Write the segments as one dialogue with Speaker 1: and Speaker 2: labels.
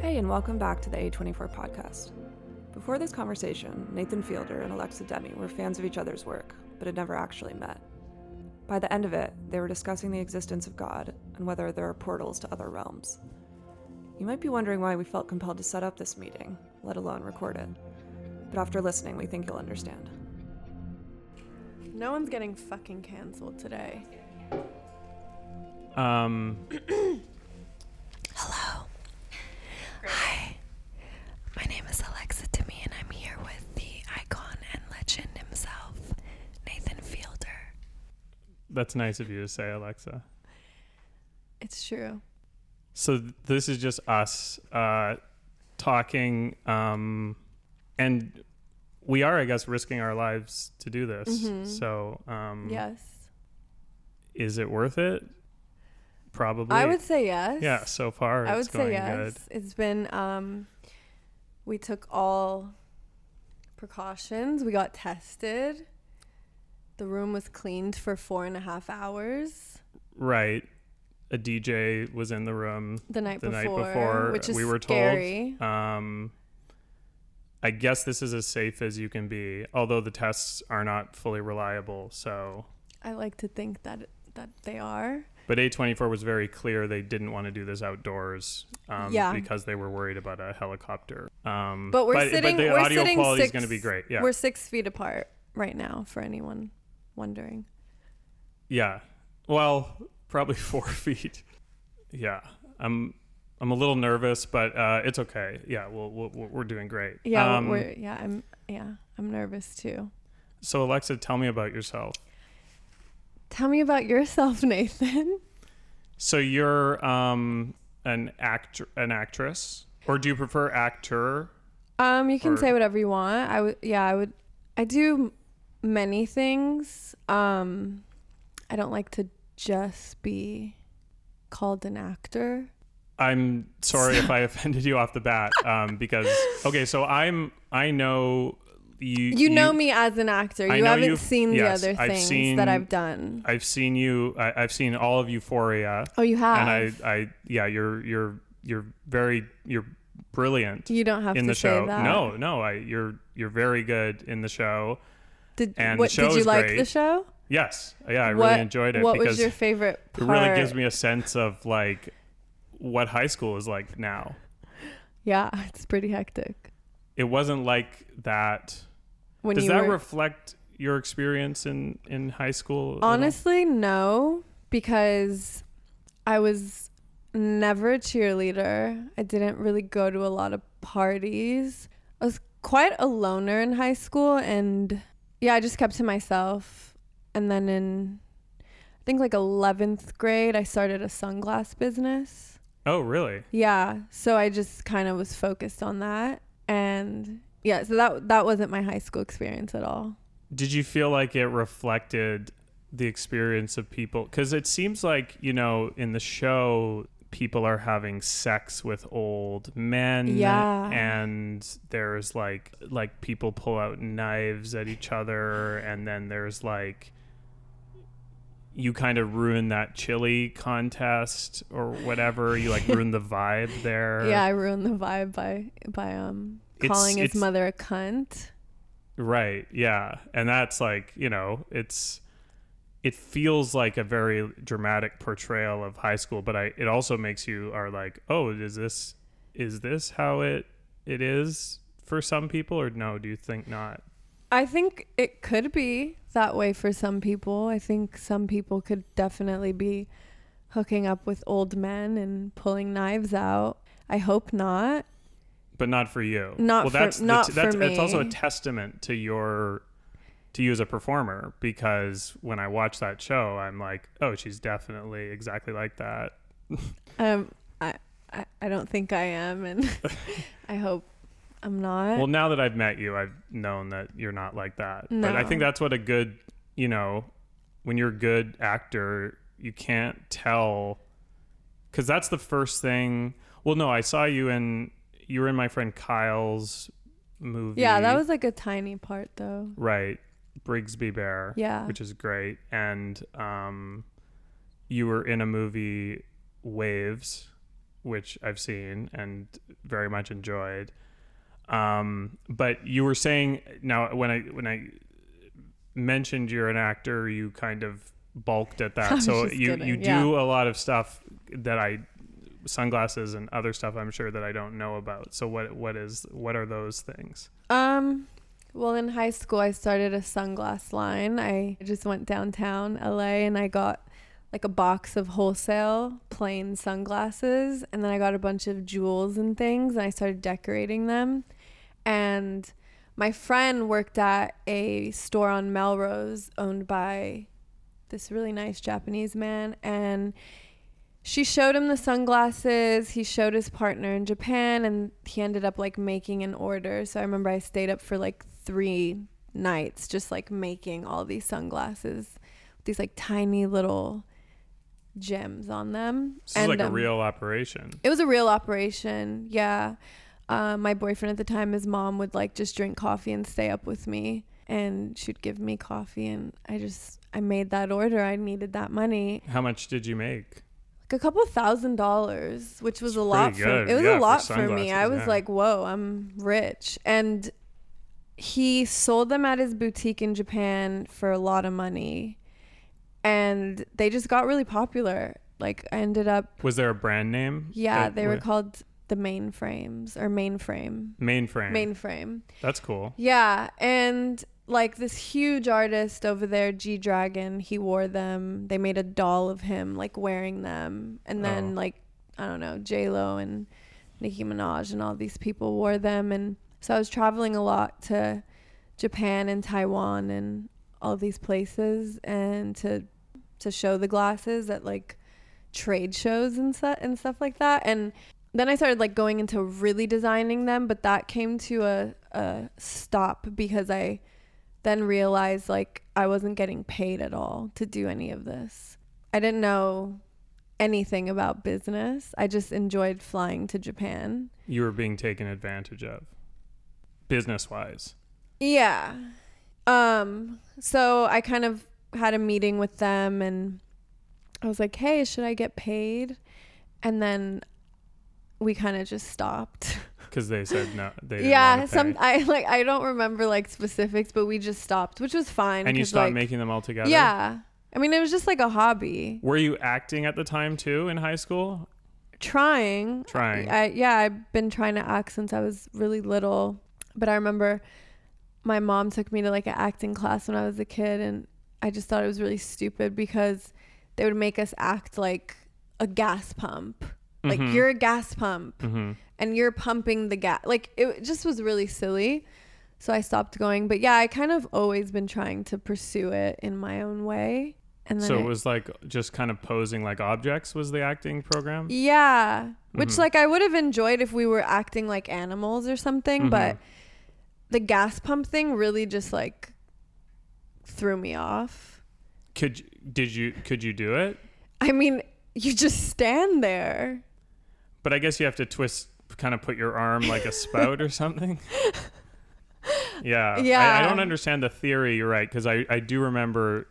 Speaker 1: Hey, and welcome back to the A24 podcast. Before this conversation, Nathan Fielder and Alexa Demi were fans of each other's work, but had never actually met. By the end of it, they were discussing the existence of God and whether there are portals to other realms. You might be wondering why we felt compelled to set up this meeting, let alone record it. But after listening, we think you'll understand.
Speaker 2: No one's getting fucking canceled today.
Speaker 3: Um,
Speaker 4: Hi, my name is Alexa Demi, and I'm here with the icon and legend himself, Nathan Fielder.
Speaker 3: that's nice of you to say, Alexa.
Speaker 2: It's true.
Speaker 3: So th- this is just us uh, talking, um, and we are, I guess, risking our lives to do this.
Speaker 2: Mhm.
Speaker 3: So, um,
Speaker 2: Yes.
Speaker 3: is it worth it? Probably.
Speaker 2: I would say yes.
Speaker 3: Yeah. So far,
Speaker 2: I
Speaker 3: it's
Speaker 2: would
Speaker 3: going
Speaker 2: say yes.
Speaker 3: good.
Speaker 2: It's been um we took all precautions. We got tested. The room was cleaned for four and a half hours
Speaker 3: Right. A DJ was in the room.
Speaker 2: the night
Speaker 3: The night
Speaker 2: before,
Speaker 3: before,
Speaker 2: which is
Speaker 3: we were told.
Speaker 2: scary.
Speaker 3: Um, I guess this is as safe as you can be, although the tests are not fully reliable. So
Speaker 2: I like to think that that they are.
Speaker 3: But A24 was very clear they didn't want to do this outdoors um,
Speaker 2: Yeah.
Speaker 3: because they were worried about a helicopter. Um,
Speaker 2: But we're sitting.
Speaker 3: the
Speaker 2: we're
Speaker 3: audio
Speaker 2: sitting
Speaker 3: quality
Speaker 2: six,
Speaker 3: is going to be great. Yeah.
Speaker 2: We're six feet apart right now. For anyone wondering.
Speaker 3: yeah. Well, probably four feet. Yeah. I'm. I'm a little nervous, but uh, it's okay. Yeah, we'll, we'll, we're we're doing great.
Speaker 2: Yeah,
Speaker 3: Um,
Speaker 2: we're, yeah, I'm yeah, I'm nervous too.
Speaker 3: so, Alexa, tell me about yourself.
Speaker 2: Tell me about yourself, Nathan.
Speaker 3: So, you're um, an act an actress, or do you prefer actor?
Speaker 2: Um, you can
Speaker 3: Or-
Speaker 2: say whatever you want. I would yeah, I would I do many things. Um I don't like to just be called an actor.
Speaker 3: I'm sorry if I offended you off the bat, um, because okay, so I'm I know you.
Speaker 2: You, know me as an actor.
Speaker 3: I
Speaker 2: You
Speaker 3: know
Speaker 2: haven't
Speaker 3: you've-
Speaker 2: seen
Speaker 3: yes,
Speaker 2: the other
Speaker 3: I've
Speaker 2: things
Speaker 3: seen-
Speaker 2: that I've done.
Speaker 3: I've seen you. I, I've seen all of Euphoria,
Speaker 2: Oh, you have.
Speaker 3: and I, I, yeah, you're, you're, you're very, you're brilliant
Speaker 2: you don't have
Speaker 3: in
Speaker 2: to
Speaker 3: the
Speaker 2: say
Speaker 3: show.
Speaker 2: that.
Speaker 3: No, no, I, you're, you're very good in the show.
Speaker 2: Did
Speaker 3: and the
Speaker 2: what
Speaker 3: show
Speaker 2: did you
Speaker 3: is
Speaker 2: like
Speaker 3: great.
Speaker 2: the show?
Speaker 3: Yes, yeah, I
Speaker 2: What-
Speaker 3: really enjoyed it
Speaker 2: What
Speaker 3: because
Speaker 2: was your favorite
Speaker 3: it
Speaker 2: part?
Speaker 3: really gives me a sense of like what high school is like now.
Speaker 2: Yeah, it's pretty hectic.
Speaker 3: It wasn't like that
Speaker 2: When
Speaker 3: Does
Speaker 2: you
Speaker 3: that
Speaker 2: were,
Speaker 3: reflect your experience in in high school? at all?
Speaker 2: Honestly, no, because I was never a cheerleader. I didn't really go to a lot of parties. I was quite a loner in high school, and yeah, I just kept to myself. And then in, I think like 11th grade, I started a sunglass business.
Speaker 3: Oh, really?
Speaker 2: Yeah, so I just kind of was focused on that, and yeah, so that that wasn't my high school experience at all.
Speaker 3: Did you feel like it reflected the experience of people? Because it seems like you know in the show people are having sex with old men
Speaker 2: Yeah.
Speaker 3: and there's like like people pull out knives at each other and then there's like you kind of ruin that chili contest or whatever you like ruin the vibe there
Speaker 2: Yeah, I ruined the vibe by by um
Speaker 3: It's-
Speaker 2: calling his
Speaker 3: it's-
Speaker 2: mother a cunt.
Speaker 3: Right. Yeah. And that's like, you know, it's it feels like a very dramatic portrayal of high school, but I it also makes you are like, "Oh, is this is this how it it is for some people or no, do you think not?"
Speaker 2: I think it could be that way for some people. I think some people could definitely be hooking up with old men and pulling knives out. I hope not.
Speaker 3: But not for you.
Speaker 2: Not
Speaker 3: well,
Speaker 2: for-
Speaker 3: that's the
Speaker 2: not
Speaker 3: t- that's
Speaker 2: for
Speaker 3: that's also a
Speaker 2: me.
Speaker 3: testament to your to you as a performer because when I watch that show, I'm like, "Oh, she's definitely exactly like that."
Speaker 2: Um, I I, I don't think I am, and I hope I'm not.
Speaker 3: Well, now that I've met you, I've known that you're not like that. But I
Speaker 2: No.
Speaker 3: think that's what a good, you know, when you're a good actor, you can't tell cuz that's the first thing. Well, no, I saw you in you were in my friend Kyle's movie.
Speaker 2: yeah, that was like a tiny part though.
Speaker 3: right. Brigsby Bear,
Speaker 2: Yeah.
Speaker 3: which is great. And um you were in a movie Waves which I've seen and very much enjoyed. Um, but you were saying now when I when I mentioned you're an actor, you kind of balked at
Speaker 2: I
Speaker 3: that.
Speaker 2: was
Speaker 3: So
Speaker 2: just
Speaker 3: you
Speaker 2: kidding,
Speaker 3: you
Speaker 2: yeah.
Speaker 3: do a lot of stuff that I sunglasses and other stuff I'm sure that I don't know about. So what what is what are those things?
Speaker 2: Um, well, in high school, I started a sunglass line. I just went downtown LA and I got like a box of wholesale plain sunglasses, and then I got a bunch of jewels and things, and I started decorating them. And my friend worked at a store on Melrose owned by this really nice Japanese man, and she showed him the sunglasses. He showed his partner in Japan, and he ended up like making an order. So I remember I stayed up for like three nights just like making all these sunglasses with these like tiny little gems on them.
Speaker 3: This is like a
Speaker 2: um,
Speaker 3: real operation.
Speaker 2: it was a real operation. Yeah. Uh, my boyfriend at the time, his mom would like just drink coffee and stay up with me. And she'd give me coffee. And I just, I made that order. I needed that money.
Speaker 3: How much did you make?
Speaker 2: Like a couple thousand dollars, which was
Speaker 3: It's
Speaker 2: a lot
Speaker 3: pretty
Speaker 2: for
Speaker 3: good,
Speaker 2: It was
Speaker 3: yeah,
Speaker 2: a
Speaker 3: for
Speaker 2: lot for me. I
Speaker 3: sunglasses,
Speaker 2: was
Speaker 3: yeah.
Speaker 2: like, whoa, I'm rich. And he sold them at his boutique in Japan for a lot of money. And they just got really popular. Like, I ended up
Speaker 3: Was there a brand name?
Speaker 2: yeah,
Speaker 3: that
Speaker 2: they were
Speaker 3: went-
Speaker 2: called the mainframes or mainframe.
Speaker 3: mainframe.
Speaker 2: Mainframe.
Speaker 3: That's cool.
Speaker 2: Yeah, and like this huge artist over there, G Dragon, he wore them. They made a doll of him like wearing them, and then
Speaker 3: Oh.
Speaker 2: like I don't know, J Lo and Nicki Minaj and all these people wore them, and so I was traveling a lot to Japan and Taiwan and all these places, and to to show the glasses at like trade shows and stuff and stuff like that, and then I started like going into really designing them, but that came to a, a stop because I then realized like I wasn't getting paid at all to do any of this. I didn't know anything about business. I just enjoyed flying to Japan.
Speaker 3: You were being taken advantage of, business wise.
Speaker 2: Yeah. Um so I kind of had a meeting with them and I was like, "Hey, should I get paid?" And then we kind of just stopped.
Speaker 3: because they said no. They didn't
Speaker 2: yeah
Speaker 3: wanna
Speaker 2: some
Speaker 3: pay.
Speaker 2: i like i don't remember like specifics but we just stopped which was fine
Speaker 3: And you
Speaker 2: 'cause,
Speaker 3: stopped
Speaker 2: like,
Speaker 3: making them all together.
Speaker 2: yeah i mean it was just like a hobby
Speaker 3: Were you acting at the time too in high school?
Speaker 2: trying
Speaker 3: Trying.
Speaker 2: I, yeah i've been trying to act since i was really little but i remember my mom took me to like an acting class when i was a kid and i just thought it was really stupid because they would make us act like a gas pump like
Speaker 3: Mhm.
Speaker 2: you're a gas pump
Speaker 3: Mm-hmm.
Speaker 2: and you're pumping the gas. Like it just was really silly. So I stopped going. But yeah, I kind of always been trying to pursue it in my own way. And then
Speaker 3: So
Speaker 2: I-
Speaker 3: it was like just kind of posing like objects was the acting program.
Speaker 2: yeah, which
Speaker 3: Mhm.
Speaker 2: like I would have enjoyed if we were acting like animals or something, but
Speaker 3: Mhm.
Speaker 2: the gas pump thing really just like threw me off.
Speaker 3: Could you- did you could you do it?
Speaker 2: I mean, you just stand there.
Speaker 3: But I guess you have to twist, kind of put your arm like a spout or something. Yeah. I- I,
Speaker 2: Yeah.
Speaker 3: don't understand the theory. You're right because I I do remember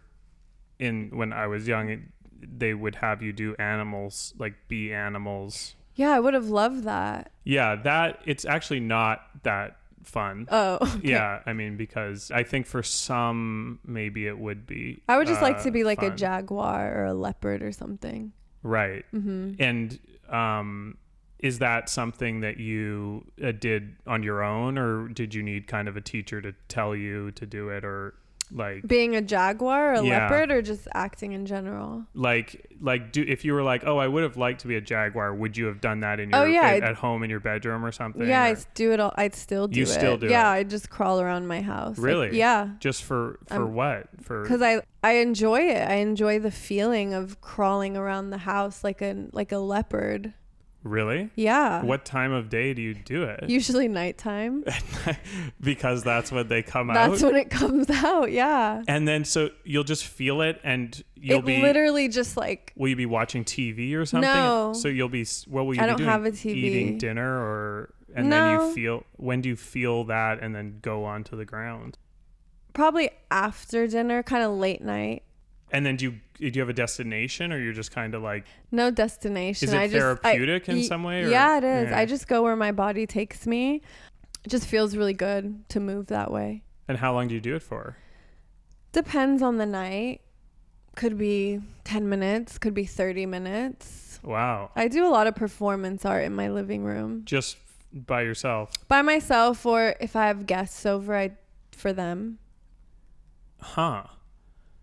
Speaker 3: in when I was young. It, they would have you do animals like be animals
Speaker 2: Yeah, I would have loved that.
Speaker 3: Yeah, that it's actually not that fun.
Speaker 2: Oh. okay.
Speaker 3: Yeah, I mean because I think for some maybe it would be.
Speaker 2: I would just like
Speaker 3: uh,
Speaker 2: to be like a
Speaker 3: fun.
Speaker 2: jaguar or a leopard or something.
Speaker 3: Right.
Speaker 2: Mm-hmm.
Speaker 3: And um is that something that you uh, did on your own or did you need kind of a teacher to tell you to do it or like
Speaker 2: being a jaguar or a
Speaker 3: Yeah.
Speaker 2: leopard or just acting in general
Speaker 3: like like do if you were like oh I would have liked to be a jaguar would you have done that in your
Speaker 2: Oh, yeah,
Speaker 3: at,
Speaker 2: I-
Speaker 3: at home in your bedroom or something
Speaker 2: yeah
Speaker 3: or
Speaker 2: i s- do it all i'd still do
Speaker 3: You
Speaker 2: it
Speaker 3: still do
Speaker 2: yeah
Speaker 3: it.
Speaker 2: i just crawl around my house Like,
Speaker 3: Really?
Speaker 2: yeah
Speaker 3: just for for
Speaker 2: Um,
Speaker 3: what for
Speaker 2: because i i enjoy it i enjoy the feeling of crawling around the house like a like a leopard
Speaker 3: really
Speaker 2: yeah
Speaker 3: what time of day do you do it?
Speaker 2: usually nighttime
Speaker 3: because that's when they come
Speaker 2: that's
Speaker 3: out.
Speaker 2: when it comes out yeah
Speaker 3: and then so you'll just feel it and you'll
Speaker 2: it
Speaker 3: be
Speaker 2: literally just like
Speaker 3: will you be watching TV or something?
Speaker 2: No.
Speaker 3: So you'll be s- what will you
Speaker 2: I
Speaker 3: be
Speaker 2: don't
Speaker 3: doing?
Speaker 2: have a TV.
Speaker 3: Eating dinner or and then
Speaker 2: No.
Speaker 3: you feel when do you feel that and then go onto the ground?
Speaker 2: probably after dinner kind of late night
Speaker 3: And then do you do you have a destination, or you're just kind of like
Speaker 2: No destination.
Speaker 3: Is it
Speaker 2: I just, I-
Speaker 3: therapeutic in
Speaker 2: y-
Speaker 3: some way, or-
Speaker 2: Yeah, it is.
Speaker 3: Yeah.
Speaker 2: I just go where my body takes me. It just feels really good to move that way.
Speaker 3: and how long do you do it for?
Speaker 2: Depends on the night. Could be 10 minutes, could be 30 minutes.
Speaker 3: Wow,
Speaker 2: I do a lot of performance art in my living room
Speaker 3: just by yourself,
Speaker 2: by myself, or if I have guests over, I for them.
Speaker 3: huh?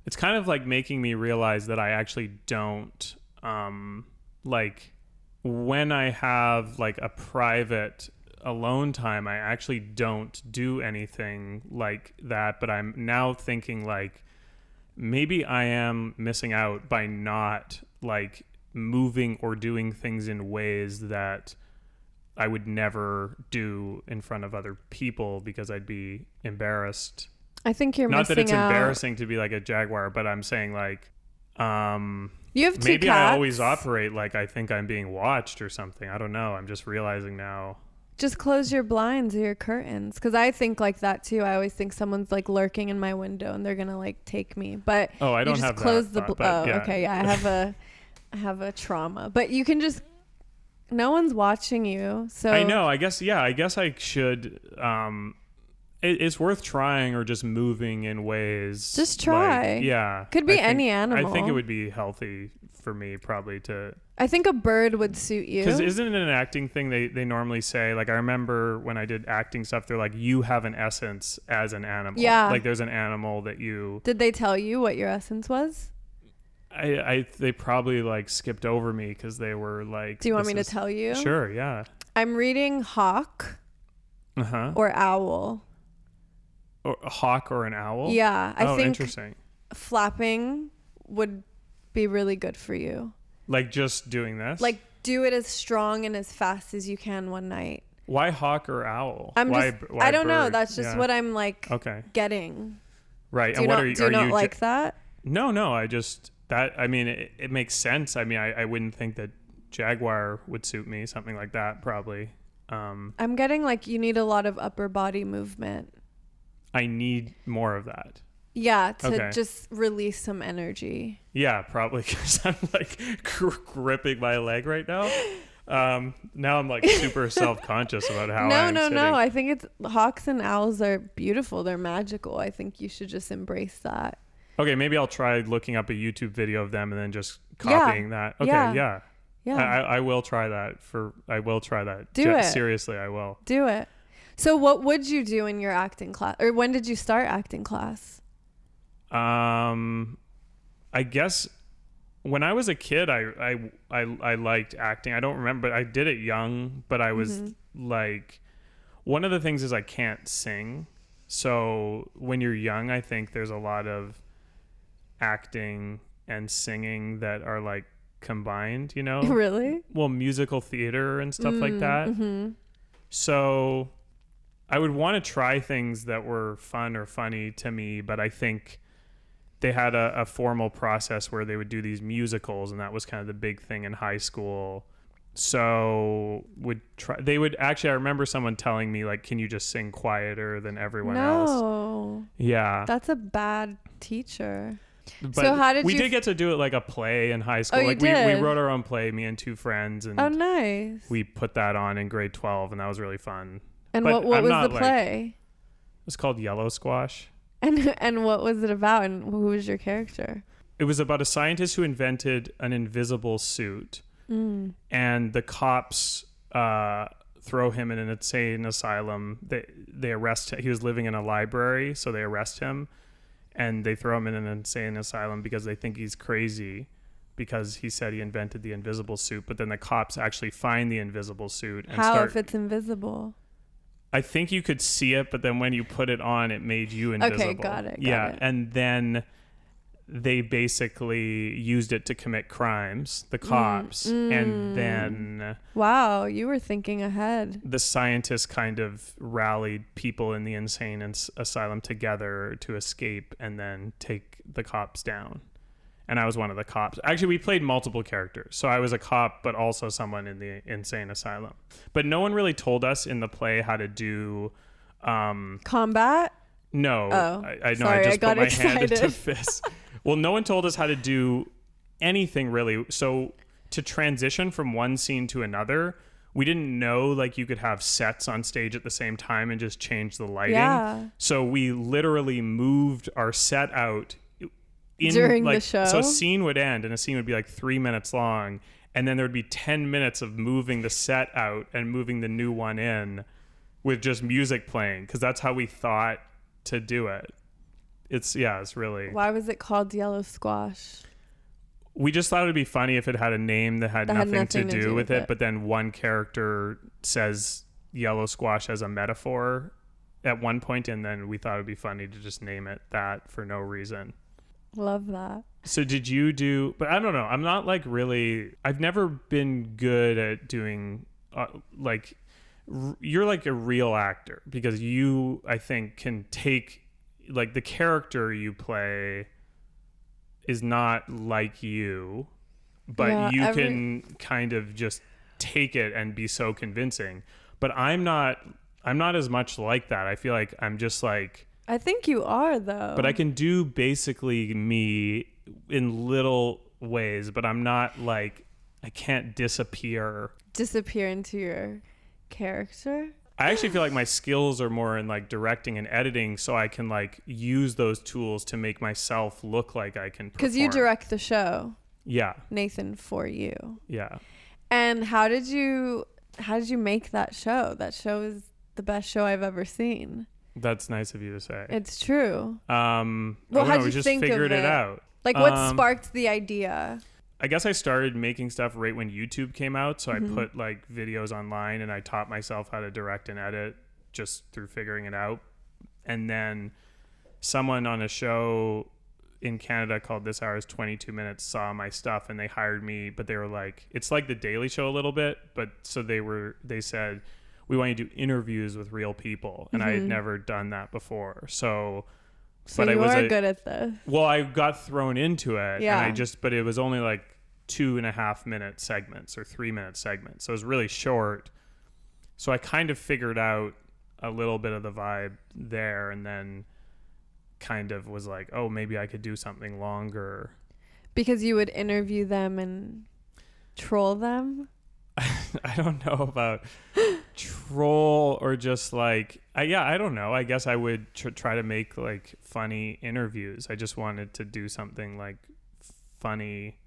Speaker 3: It's kind of like making me realize that I actually don't um like when I have like a private alone time, I actually don't do anything like that. But I'm now thinking like maybe I am missing out by not like moving or doing things in ways that I would never do in front of other people because I'd be embarrassed.
Speaker 2: I think you're
Speaker 3: Not
Speaker 2: missing
Speaker 3: that it's
Speaker 2: out.
Speaker 3: embarrassing to be like a jaguar, but I'm saying like um
Speaker 2: You have two
Speaker 3: maybe
Speaker 2: cats.
Speaker 3: I always operate like I think I'm being watched or something. I don't know. I'm just realizing now.
Speaker 2: Just close your blinds or your curtains, because I think like that too. I always think someone's like lurking in my window and they're gonna like take me. But
Speaker 3: Oh, I don't
Speaker 2: you just
Speaker 3: have that
Speaker 2: close the.
Speaker 3: thought,
Speaker 2: Bl-
Speaker 3: but
Speaker 2: oh,
Speaker 3: yeah.
Speaker 2: okay. Yeah, I have a, I have a trauma, but you can just. No one's watching you, so
Speaker 3: I know. I guess yeah. I guess I should. Um, it, it's worth trying or just moving in ways.
Speaker 2: Just try.
Speaker 3: like- yeah.
Speaker 2: Could be
Speaker 3: I think-
Speaker 2: any
Speaker 3: I think it
Speaker 2: animal.
Speaker 3: would be healthy for me probably to
Speaker 2: I think a bird would suit you.
Speaker 3: because isn't it an acting thing? They they normally say like I remember when I did acting stuff. They're like you have an essence as an animal.
Speaker 2: Yeah.
Speaker 3: Like there's an animal that you.
Speaker 2: Did they tell you what your essence was?
Speaker 3: I I they probably like skipped over me because they were like.
Speaker 2: Do you want
Speaker 3: this
Speaker 2: me
Speaker 3: is-
Speaker 2: to tell you?
Speaker 3: Sure. Yeah.
Speaker 2: I'm reading hawk
Speaker 3: Uh huh.
Speaker 2: or owl.
Speaker 3: Or a hawk or an owl.
Speaker 2: Yeah, I
Speaker 3: oh,
Speaker 2: think
Speaker 3: interesting.
Speaker 2: flapping would be really good for you.
Speaker 3: Like just doing this.
Speaker 2: Like do it as strong and as fast as you can one night.
Speaker 3: Why hawk or owl?
Speaker 2: I'm
Speaker 3: why,
Speaker 2: just
Speaker 3: why
Speaker 2: I don't know,
Speaker 3: bird?
Speaker 2: that's just
Speaker 3: Yeah.
Speaker 2: what I'm like
Speaker 3: Okay.
Speaker 2: getting.
Speaker 3: Right.
Speaker 2: Do you
Speaker 3: and what
Speaker 2: not,
Speaker 3: are you?
Speaker 2: do you
Speaker 3: are
Speaker 2: not
Speaker 3: you ju-
Speaker 2: like that?
Speaker 3: no, no. I just that. I mean, it, it makes sense. I mean, I, I wouldn't think that jaguar would suit me. Something like that, probably. Um,
Speaker 2: I'm getting like you need a lot of upper body movement.
Speaker 3: I need more of that.
Speaker 2: Yeah, to
Speaker 3: Okay.
Speaker 2: just release some energy.
Speaker 3: Yeah, probably because I'm like gr- gripping my leg right now. Um, now I'm like super self conscious about how.
Speaker 2: no,
Speaker 3: I'm
Speaker 2: no,
Speaker 3: sitting.
Speaker 2: no. I think it's hawks and owls are beautiful. They're magical. I think you should just embrace that.
Speaker 3: Okay, maybe I'll try looking up a YouTube video of them and then just
Speaker 2: Yeah.
Speaker 3: copying that. Okay,
Speaker 2: Yeah.
Speaker 3: yeah.
Speaker 2: Yeah.
Speaker 3: I, I I will try that for I will try that.
Speaker 2: Do
Speaker 3: Ju-
Speaker 2: it.
Speaker 3: Seriously, I will.
Speaker 2: Do it. So, what would you do in your acting class, or when did you start acting class?
Speaker 3: Um I guess when I was a kid I I I, I liked acting. I don't remember I did it young, but I was like one of the things is I can't sing. So when you're young, I think there's a lot of acting and singing that are like combined, you know?
Speaker 2: really?
Speaker 3: well musical theater and stuff
Speaker 2: Mm,
Speaker 3: like that
Speaker 2: mm-hmm.
Speaker 3: so i would want to try things that were fun or funny to me but i think they had a, a formal process where they would do these musicals and that was kind of the big thing in high school so would try they would actually i remember someone telling me like can you just sing quieter than everyone else
Speaker 2: No,
Speaker 3: yeah
Speaker 2: that's a bad teacher.
Speaker 3: but
Speaker 2: so how did
Speaker 3: we
Speaker 2: you Oh,
Speaker 3: did get to do it like a play in high school
Speaker 2: you
Speaker 3: like We,
Speaker 2: did?
Speaker 3: we wrote our own play me and two friends and
Speaker 2: Oh, nice.
Speaker 3: we put that on in grade 12 and that was really fun
Speaker 2: and what,
Speaker 3: but
Speaker 2: what
Speaker 3: I'm
Speaker 2: was
Speaker 3: not,
Speaker 2: the
Speaker 3: like-
Speaker 2: play?
Speaker 3: it was called yellow squash
Speaker 2: And and what was it about? And who was your character?
Speaker 3: it was about a scientist who invented an invisible suit and the cops uh, throw him in an insane asylum they, they arrest he was living in a library so they arrest him and they throw him in an insane asylum because they think he's crazy because he said he invented the invisible suit but then the cops actually find the invisible suit and
Speaker 2: How
Speaker 3: start
Speaker 2: if it's invisible?
Speaker 3: I think you could see it, but then when you put it on, it made you invisible.
Speaker 2: got it, got
Speaker 3: yeah,
Speaker 2: it.
Speaker 3: and then they basically used it to commit crimes,
Speaker 2: Mm,
Speaker 3: the cops, and then
Speaker 2: Wow, you were thinking ahead.
Speaker 3: the scientists kind of rallied people in the insane ins- asylum together to escape and then take the cops down. And I was one of the cops. Actually, we played multiple characters. So I was a cop, but also someone in the insane asylum. But no one really told us in the play how to do um,
Speaker 2: Combat?
Speaker 3: no,
Speaker 2: Oh,
Speaker 3: I, I know.
Speaker 2: sorry,
Speaker 3: I
Speaker 2: I
Speaker 3: just
Speaker 2: got
Speaker 3: put my hand into
Speaker 2: excited.
Speaker 3: fist. Well, no one told us how to do anything really. So to transition from one scene to another, we didn't know like you could have sets on stage at the same time and just change the lighting.
Speaker 2: Yeah.
Speaker 3: So we literally moved our set out in,
Speaker 2: During the
Speaker 3: like- So
Speaker 2: show?
Speaker 3: a scene would end and a scene would be like three minutes long, and then there would be ten minutes of moving the set out and moving the new one in with just music playing because that's how we thought to do it. It's yeah, it's really
Speaker 2: Why was it called yellow squash?
Speaker 3: we just thought it'd be funny if it had a name that had,
Speaker 2: That had
Speaker 3: nothing,
Speaker 2: nothing
Speaker 3: to, do, with it, but then one character says yellow squash as a metaphor at one point, and then we thought it'd be funny to just name it that for no reason.
Speaker 2: Love that.
Speaker 3: So did you do? But I don't know. I'm not like really. I've never been good at doing uh, like. r- You're like a real actor because you, I think, can take like the character you play is not like you, but
Speaker 2: Yeah,
Speaker 3: you
Speaker 2: every-
Speaker 3: can kind of just take it and be so convincing. But I'm not. I'm not as much like that. I feel like I'm just like
Speaker 2: I think you are though.
Speaker 3: but I can do basically me in little ways, but I'm not like I can't disappear.
Speaker 2: disappear into your character.
Speaker 3: I actually feel like my skills are more in like directing and editing, so I can like use those tools to make myself look like I can.
Speaker 2: Because you
Speaker 3: perform.
Speaker 2: direct the show,
Speaker 3: Yeah,
Speaker 2: Nathan, for you.
Speaker 3: yeah.
Speaker 2: And how did you how did you make that show? That show is the best show I've ever seen.
Speaker 3: That's nice of you to say.
Speaker 2: It's true.
Speaker 3: Um, I
Speaker 2: Well,
Speaker 3: don't
Speaker 2: how'd
Speaker 3: know, we
Speaker 2: you
Speaker 3: just
Speaker 2: think of
Speaker 3: figured
Speaker 2: it?
Speaker 3: it out.
Speaker 2: Like what
Speaker 3: Um,
Speaker 2: sparked the idea?
Speaker 3: I guess I started making stuff right when YouTube came out. So I put like videos online and I taught myself how to direct and edit just through figuring it out. And then someone on a show in Canada called This Hour is 22 Minutes saw my stuff and they hired me. But they were like, it's like The Daily Show a little bit. But so they were, they said, we want you to do interviews with real people. And I had never done that before. So
Speaker 2: So
Speaker 3: but I
Speaker 2: you
Speaker 3: was
Speaker 2: are
Speaker 3: a-
Speaker 2: good at this.
Speaker 3: well, I got thrown into it.
Speaker 2: Yeah.
Speaker 3: And I just, but it was only like two and a half minute segments or three minute segments. So it was really short. So I kind of figured out a little bit of the vibe there and then kind of was like, oh, maybe I could do something longer.
Speaker 2: Because you would interview them and troll them.
Speaker 3: I don't know about troll or just like, I, yeah, I don't know. I guess I would tr- try to make like funny interviews. I just wanted to do something like funny.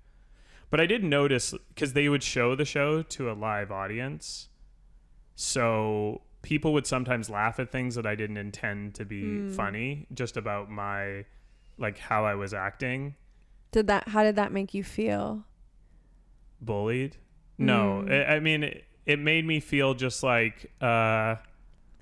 Speaker 3: But I did notice because they would show the show to a live audience. So people would sometimes laugh at things that I didn't intend to be funny, just about my, like how I was acting.
Speaker 2: Did that how did that make you feel?
Speaker 3: bullied no I, I mean it, it made me feel just like uh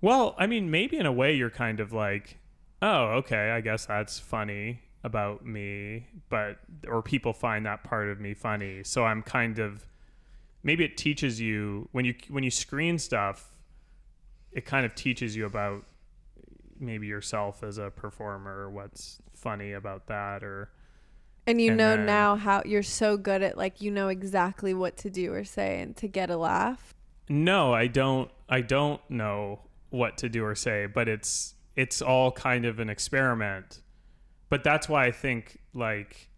Speaker 3: well i mean maybe in a way you're kind of like oh okay i guess that's funny about me but or people find that part of me funny so i'm kind of maybe it teaches you when you when you screen stuff it kind of teaches you about maybe yourself as a performer or what's funny about that or
Speaker 2: And you
Speaker 3: And uh,
Speaker 2: know
Speaker 3: then-
Speaker 2: now how you're so good at like you know exactly what to do or say and to get a laugh.
Speaker 3: No, I don't. I don't know what to do or say, but it's it's all kind of an experiment. But that's why I think like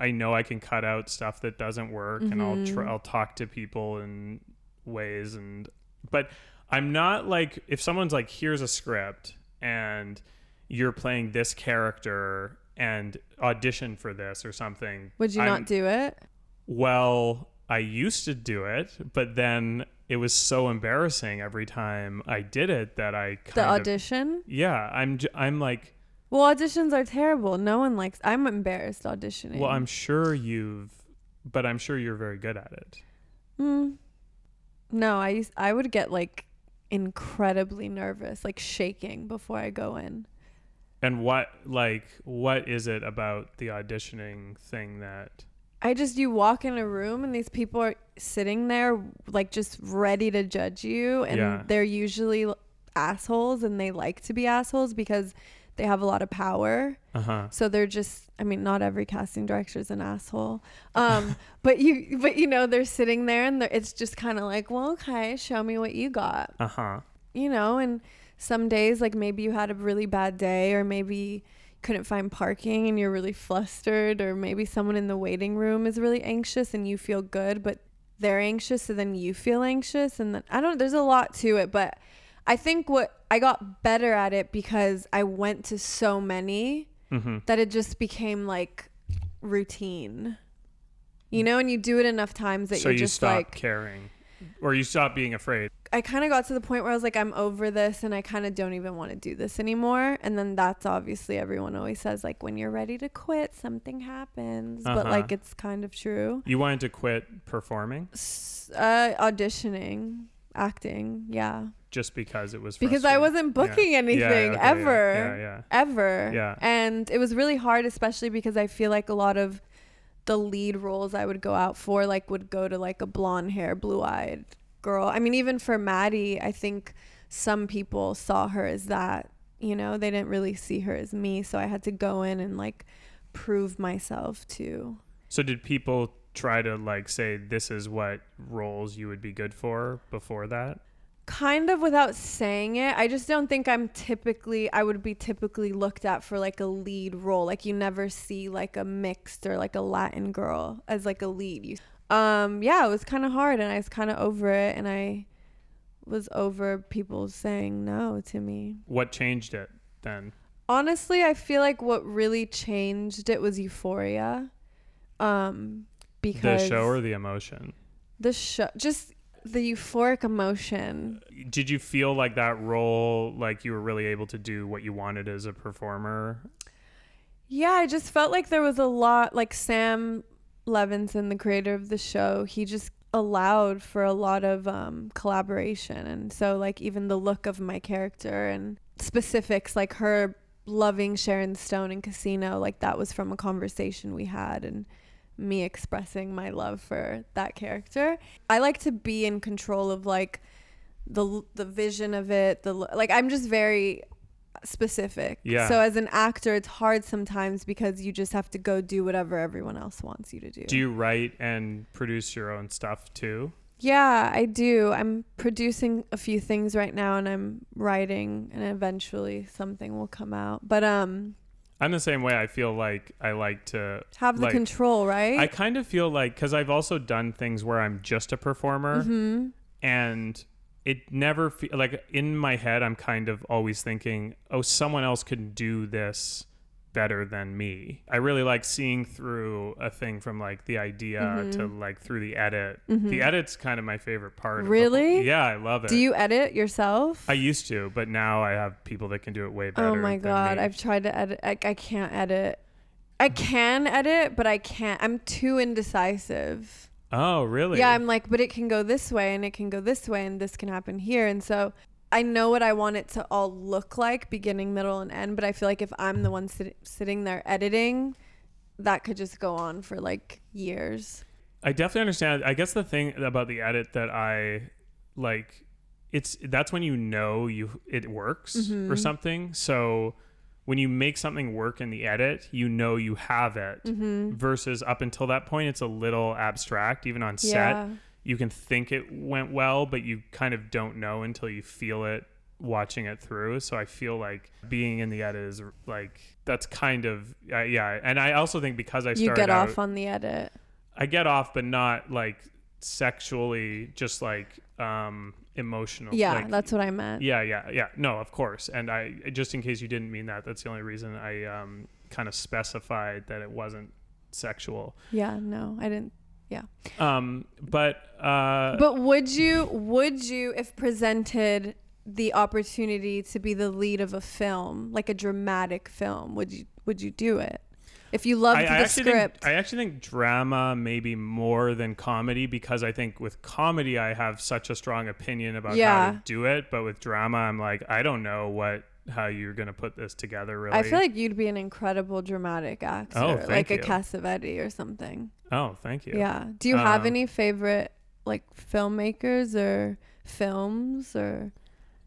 Speaker 3: I know I can cut out stuff that doesn't work, and I'll
Speaker 2: Mm-hmm.
Speaker 3: tr- I'll talk to people in ways, and but I'm not like if someone's like here's a script and you're playing this character and audition for this or something.
Speaker 2: Would you
Speaker 3: I'm-
Speaker 2: not do it?
Speaker 3: well, I used to do it, but then it was so embarrassing every time I did it that I kind
Speaker 2: The
Speaker 3: of
Speaker 2: audition?
Speaker 3: yeah, I'm j- I'm like,
Speaker 2: Well, auditions are terrible. No one likes I'm embarrassed auditioning.
Speaker 3: well, I'm sure you've, but I'm sure you're very good at it.
Speaker 2: Mm. No, I used, I would get like incredibly nervous, like shaking before I go in.
Speaker 3: And what like what is it about the auditioning thing that
Speaker 2: I just you walk in a room and these people are sitting there like just ready to judge you and
Speaker 3: Yeah.
Speaker 2: they're usually l- assholes and they like to be assholes because they have a lot of power.
Speaker 3: uh huh
Speaker 2: So they're just I mean not every casting director is an asshole. Um but you but you know they're sitting there and they're, it's just kind of like, "Well, okay, show me what you got."
Speaker 3: uh huh
Speaker 2: you know, and some days, like maybe you had a really bad day, or maybe couldn't find parking and you're really flustered, or maybe someone in the waiting room is really anxious and you feel good, but they're anxious, so then you feel anxious. And then I don't, there's a lot to it, but I think what I got better at it because I went to so many
Speaker 3: Mm-hmm.
Speaker 2: that it just became like routine. You know, and you do it enough times that
Speaker 3: So
Speaker 2: you're
Speaker 3: you
Speaker 2: just
Speaker 3: stop
Speaker 2: like
Speaker 3: caring, or you stop being afraid.
Speaker 2: I kind of got to the point where I was like, I'm over this and I kind of don't even want to do this anymore. And then that's obviously everyone always says, like, when you're ready to quit, something happens. But
Speaker 3: Uh-huh.
Speaker 2: like, it's kind of true.
Speaker 3: You wanted to quit performing
Speaker 2: S- uh, auditioning, acting, yeah.
Speaker 3: just because it was
Speaker 2: Because I
Speaker 3: frustrating.
Speaker 2: wasn't booking anything
Speaker 3: Yeah, okay, yeah,
Speaker 2: ever.
Speaker 3: Yeah, yeah.
Speaker 2: ever.
Speaker 3: Yeah.
Speaker 2: And it was really hard, especially because I feel like a lot of the lead roles I would go out for, like, would go to like a blonde hair, blue eyed girl. I mean, even for Maddie, I think some people saw her as that. You know, they didn't really see her as me. So I had to go in and like prove myself to.
Speaker 3: So did people try to like say this is what roles you would be good for before that?
Speaker 2: Kind of without saying it, I just don't think I'm typically, I would be typically looked at for like a lead role. Like you never see like a mixed or like a Latin girl as like a lead. You, um, yeah, it was kind of hard and I was kind of over it and I was over people saying no to me.
Speaker 3: What changed it then?
Speaker 2: Honestly, I feel like what really changed it was euphoria. Um,
Speaker 3: The
Speaker 2: because
Speaker 3: show or the emotion?
Speaker 2: the show, just the euphoric emotion.
Speaker 3: Did you feel like that role like you were really able to do what you wanted as a performer?
Speaker 2: Yeah, I just felt like there was a lot like Sam Levinson, the creator of the show, he just allowed for a lot of um, collaboration. And so, like, even the look of my character and specifics, like her loving Sharon Stone in Casino, like, that was from a conversation we had and me expressing my love for that character. I like to be in control of, like, the, the vision of it the l- like i'm just very specific
Speaker 3: Yeah.
Speaker 2: so as an actor it's hard sometimes because you just have to go do whatever everyone else wants you to do
Speaker 3: Do you write and produce your own stuff too?
Speaker 2: yeah i do i'm producing a few things right now and i'm writing and eventually something will come out but um
Speaker 3: I'm the same way. I feel like I like to
Speaker 2: have the
Speaker 3: Like,
Speaker 2: control right
Speaker 3: I kind of feel like because I've also done things where I'm just a performer,
Speaker 2: Mm-hmm.
Speaker 3: and it never fe- like in my head I'm kind of always thinking, oh, someone else could do this better than me. I really like seeing through a thing from like the idea to
Speaker 2: Mm-hmm.
Speaker 3: like through the edit. The edit's kind of my favorite part. of the whole-
Speaker 2: Really?
Speaker 3: yeah, I love it.
Speaker 2: Mm-hmm. do you edit yourself
Speaker 3: I used to, but now I have people that can do it way better.
Speaker 2: oh my
Speaker 3: than
Speaker 2: god
Speaker 3: me.
Speaker 2: i've tried to edit I, I can't edit i can edit but i can't i'm too indecisive
Speaker 3: oh really?
Speaker 2: Yeah, I'm like, but it can go this way and it can go this way and this can happen here. And so I know what I want it to all look like, beginning, middle, and end. But I feel like if I'm the one sit- sitting there editing, that could just go on for like years.
Speaker 3: I definitely understand. I guess the thing about the edit that I like, it's that's when you know you it works
Speaker 2: Mm-hmm.
Speaker 3: or something. So when you make something work in the edit, you know you have it.
Speaker 2: Mm-hmm.
Speaker 3: Versus up until that point, it's a little abstract. Even on
Speaker 2: Yeah.
Speaker 3: set, you can think it went well, but you kind of don't know until you feel it watching it through. So I feel like being in the edit is like that's kind of uh, yeah. And I also think because I started
Speaker 2: You get
Speaker 3: out,
Speaker 2: off on the edit.
Speaker 3: I get off, but not like sexually, just like um emotional.
Speaker 2: Yeah,
Speaker 3: like,
Speaker 2: that's what I meant.
Speaker 3: yeah, yeah, yeah. No, of course. And I just in case you didn't mean that, that's the only reason I um kind of specified that it wasn't sexual.
Speaker 2: Yeah, no, I didn't. Yeah.
Speaker 3: Um, but uh,
Speaker 2: But would you, would you, if presented the opportunity to be the lead of a film, like a dramatic film, would you, would you do it? If you loved
Speaker 3: I, I
Speaker 2: the
Speaker 3: actually
Speaker 2: script.
Speaker 3: think I actually think drama maybe more than comedy because I think with comedy I have such a strong opinion about how
Speaker 2: Yeah.
Speaker 3: to do it, but with drama I'm like I don't know what how you're gonna put this together really.
Speaker 2: I feel like you'd be an incredible dramatic actor,
Speaker 3: Oh, thank
Speaker 2: like a
Speaker 3: you.
Speaker 2: Cassavetti or something.
Speaker 3: oh thank you.
Speaker 2: Yeah. Do you have
Speaker 3: Um,
Speaker 2: any favorite like filmmakers or films or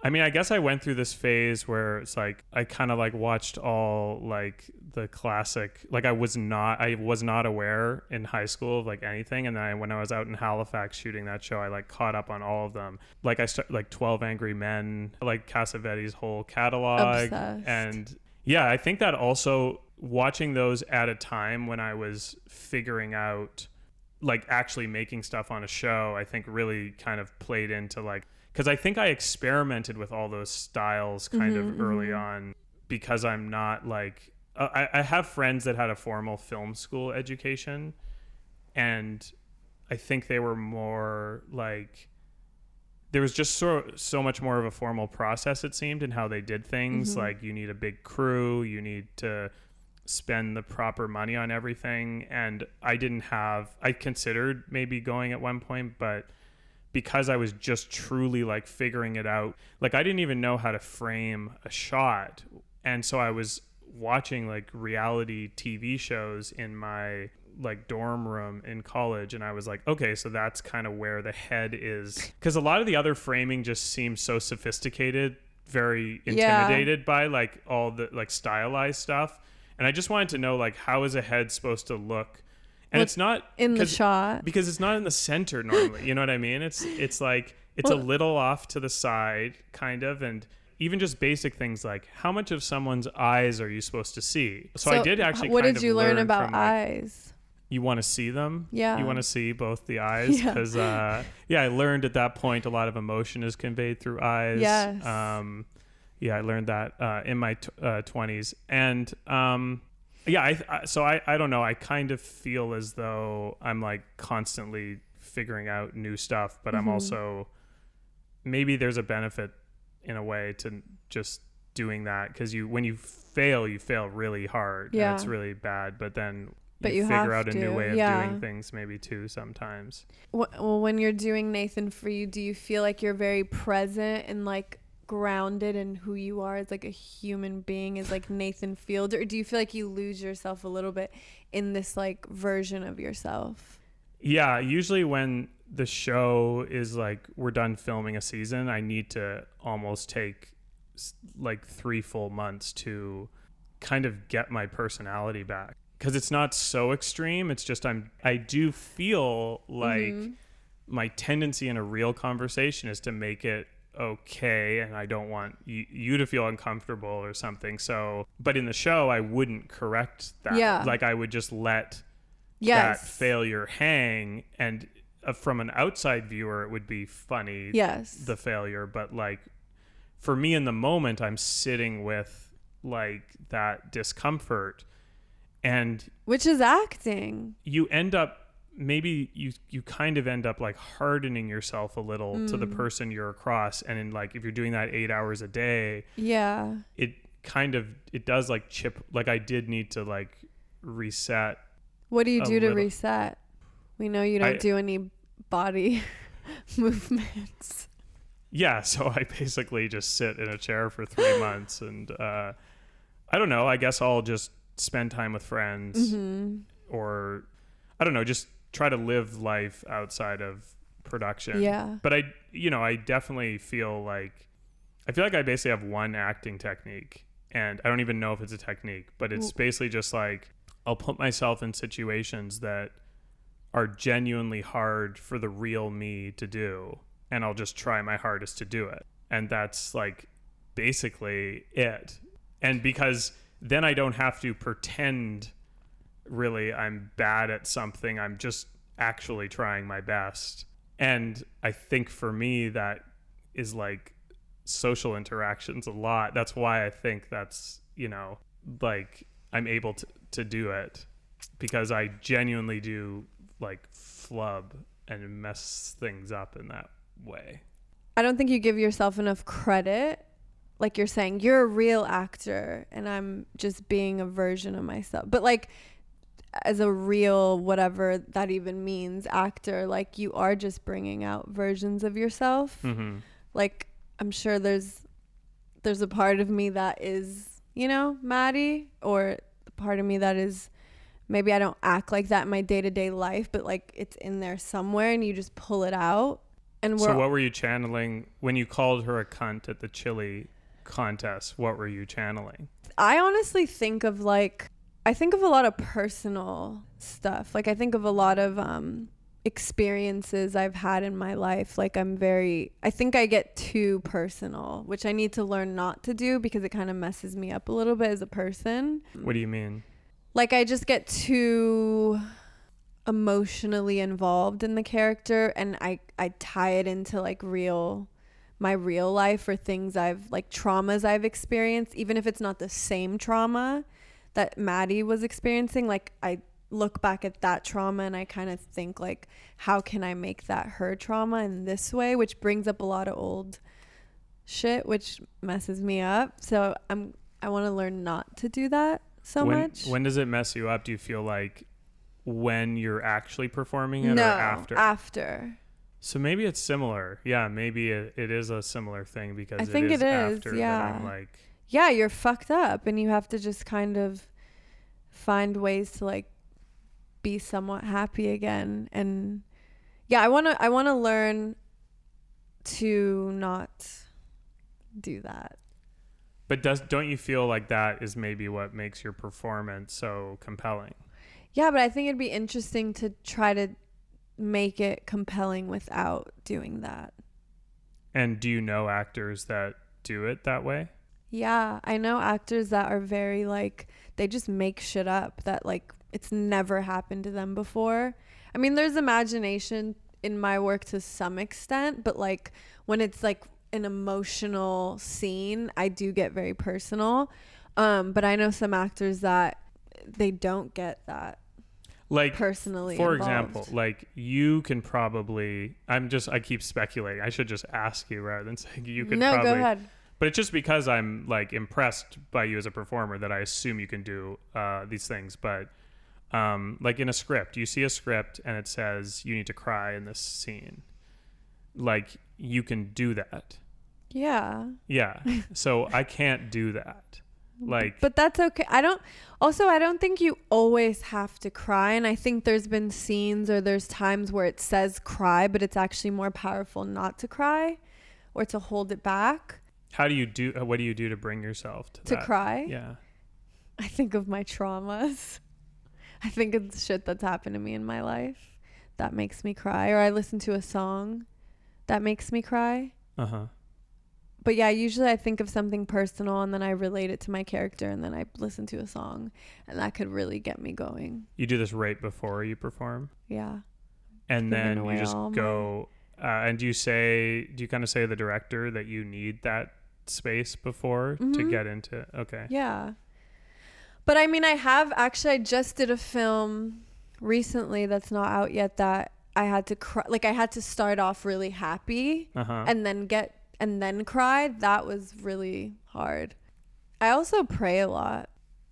Speaker 3: I mean, I guess I went through this phase where it's like I kind of like watched all like the classic. Like I was not, I was not aware in high school of like anything, and then I, when I was out in Halifax shooting that show, I like caught up on all of them. Like I start like Twelve Angry Men, like Cassavetes' whole catalog,
Speaker 2: Obsessed.
Speaker 3: and Yeah, I think that also watching those at a time when I was figuring out like actually making stuff on a show, I think really kind of played into like cuz I think I experimented with all those styles kind of early on because I'm not like uh, I, I have friends that had a formal film school education and I think they were more like there was just so so much more of a formal process it seemed in how they did things like you need a big crew you need to spend the proper money on everything and I didn't have I considered maybe going at one point but because I was just truly like figuring it out like I didn't even know how to frame a shot and so I was watching like reality TV shows in my like dorm room in college and I was like okay so that's kind of where the head is cuz a lot of the other framing just seems so sophisticated very
Speaker 2: Yeah.
Speaker 3: intimidated by like all the like stylized stuff and I just wanted to know like how is a head supposed to look and
Speaker 2: Look
Speaker 3: it's not
Speaker 2: in the
Speaker 3: 'cause-
Speaker 2: shot.
Speaker 3: because it's not in the center normally. You know what I mean? It's it's like it's a little off to the side, kind of, and even just basic things like how much of someone's eyes are you supposed to see? So, I did actually.
Speaker 2: What
Speaker 3: kind
Speaker 2: did
Speaker 3: of
Speaker 2: you learn about
Speaker 3: from, like,
Speaker 2: eyes?
Speaker 3: you want to see them.
Speaker 2: Yeah.
Speaker 3: You want to see both the eyes
Speaker 2: Yeah.
Speaker 3: because uh, yeah, I learned at that point a lot of emotion is conveyed through eyes.
Speaker 2: Yes.
Speaker 3: Um, yeah, I learned that uh, in my twenties, and um, yeah, I, I so I I don't know. I kind of feel as though I'm like constantly figuring out new stuff, but
Speaker 2: Mm-hmm.
Speaker 3: I'm also maybe there's a benefit in a way to just doing that because you when you fail you fail really hard and
Speaker 2: Yeah.
Speaker 3: it's really bad but then
Speaker 2: But you have
Speaker 3: figure out a new
Speaker 2: to,
Speaker 3: way of
Speaker 2: yeah.
Speaker 3: doing things maybe too sometimes
Speaker 2: Wh- Well, when you're doing Nathan for you, do you feel like you're very present and like grounded in who you are as like a human being as like Nathan Field, or do you feel like you lose yourself a little bit in this like version of yourself?
Speaker 3: yeah usually when the show is like we're done filming a season i need to almost take s- like three full months to kind of get my personality back because it's not so extreme it's just i'm i do feel like my tendency in a real conversation is to make it okay and i don't want you, you to feel uncomfortable or something so but in the show i wouldn't correct that
Speaker 2: Yeah.
Speaker 3: like i would just let
Speaker 2: Yes.
Speaker 3: that failure hang and uh, from an outside viewer it would be funny
Speaker 2: Yes.
Speaker 3: the failure but like for me in the moment i'm sitting with like that discomfort and
Speaker 2: Which is acting.
Speaker 3: you end up maybe you you kind of end up like hardening yourself a little to
Speaker 2: Mm.
Speaker 3: the person you're across and in like if you're doing that 8 hours a day
Speaker 2: Yeah.
Speaker 3: it kind of it does like chip like I did need to like reset
Speaker 2: What do you
Speaker 3: A
Speaker 2: do to
Speaker 3: little.
Speaker 2: reset? We know you don't
Speaker 3: I-
Speaker 2: do any body movements.
Speaker 3: yeah so i basically just sit in a chair for three months and uh, i don't know i guess i'll just spend time with friends
Speaker 2: Mm-hmm.
Speaker 3: or i don't know just try to live life outside of production
Speaker 2: Yeah.
Speaker 3: but i you know i definitely feel like i feel like i basically have one acting technique and i don't even know if it's a technique but it's basically just like i'll put myself in situations that are genuinely hard for the real me to do and I'll just try my hardest to do it. And that's like basically it. And because then I don't have to pretend really I'm bad at something. I'm just actually trying my best. And I think for me that is like social interactions a lot. That's why I think that's, you know, like I'm able to, to do it because I genuinely do like flub and mess things up in that way.
Speaker 2: I don't think you give yourself enough credit. Like you're saying, you're a real actor, and I'm just being a version of myself. But like, as a real whatever that even means, actor, like you are just bringing out versions of yourself.
Speaker 3: Mm-hmm.
Speaker 2: Like I'm sure there's there's a part of me that is you know Maddie, or the part of me that is maybe I don't act like that in my day to day life, but like it's in there somewhere, and you just pull it out. And we're
Speaker 3: So, what were you channeling when you called her a cunt at the chili contest? What were you channeling?
Speaker 2: I honestly think of like I think of a lot of personal stuff. Like I think of a lot of um experiences I've had in my life. Like I'm very I think I get too personal, which I need to learn not to do because it kind of messes me up a little bit as a person.
Speaker 3: What do you mean?
Speaker 2: Like I just get too emotionally involved in the character and I I tie it into like real my real life or things I've like traumas I've experienced, even if it's not the same trauma that Maddie was experiencing, like I look back at that trauma and I kind of think like how can I make that her trauma in this way, which brings up a lot of old shit which messes me up. So I'm I want to learn not to do that so
Speaker 3: when,
Speaker 2: much.
Speaker 3: When does it mess you up? Do you feel like when you're actually performing it
Speaker 2: no,
Speaker 3: or after?
Speaker 2: After.
Speaker 3: so maybe it's similar. Yeah, maybe it, it is a similar thing because
Speaker 2: I think
Speaker 3: it is
Speaker 2: it is,
Speaker 3: after that
Speaker 2: yeah.
Speaker 3: I'm like
Speaker 2: yeah, you're fucked up and you have to just kind of find ways to like be somewhat happy again and yeah, I want to I want to learn to not do that.
Speaker 3: but does don't you feel like that is maybe what makes your performance so compelling?
Speaker 2: Yeah, but I think it'd be interesting to try to make it compelling without doing that.
Speaker 3: And do you know actors that do it that way?
Speaker 2: Yeah, I know actors that are very like they just make shit up that like it's never happened to them before. I mean, there's imagination in my work to some extent, but like when it's like an emotional scene, I do get very personal. Um, but I know some actors that they don't get that
Speaker 3: Like
Speaker 2: personally.
Speaker 3: for
Speaker 2: involved.
Speaker 3: example, like you can probably I'm just I keep speculating. I should just ask you rather than saying you could
Speaker 2: no,
Speaker 3: probably
Speaker 2: go ahead.
Speaker 3: But it's just because I'm like impressed by you as a performer that I assume you can do uh, these things. But um, like in a script, you see a script and it says you need to cry in this scene. Like you can do that.
Speaker 2: Yeah.
Speaker 3: Yeah. so I can't do that. Like
Speaker 2: But that's okay. I don't also I don't think you always have to cry and I think there's been scenes or there's times where it says cry but it's actually more powerful not to cry or to hold it back
Speaker 3: how do you do? uh, What do you do to bring yourself to,
Speaker 2: to
Speaker 3: that?
Speaker 2: cry.
Speaker 3: Yeah.
Speaker 2: I think of my traumas. I think of the shit that's happened to me in my life that makes me cry or I listen to a song that makes me cry.
Speaker 3: Uh huh.
Speaker 2: but yeah, usually I think of something personal and then I relate it to my character and then I listen to a song and that could really get me going.
Speaker 3: You do this right before you perform,
Speaker 2: Yeah. Thinking
Speaker 3: and then you
Speaker 2: away
Speaker 3: just
Speaker 2: all my-
Speaker 3: go. Uh, and do you say? Do you kind of say to the director that you need that space before to
Speaker 2: Mhm.
Speaker 3: get into? Okay.
Speaker 2: Yeah. But I mean, I have actually, I just did a film recently that's not out yet that I had to cry. Like, I had to start off really happy
Speaker 3: Uh huh.
Speaker 2: and then get, and then cry. That was really hard. I also pray a lot.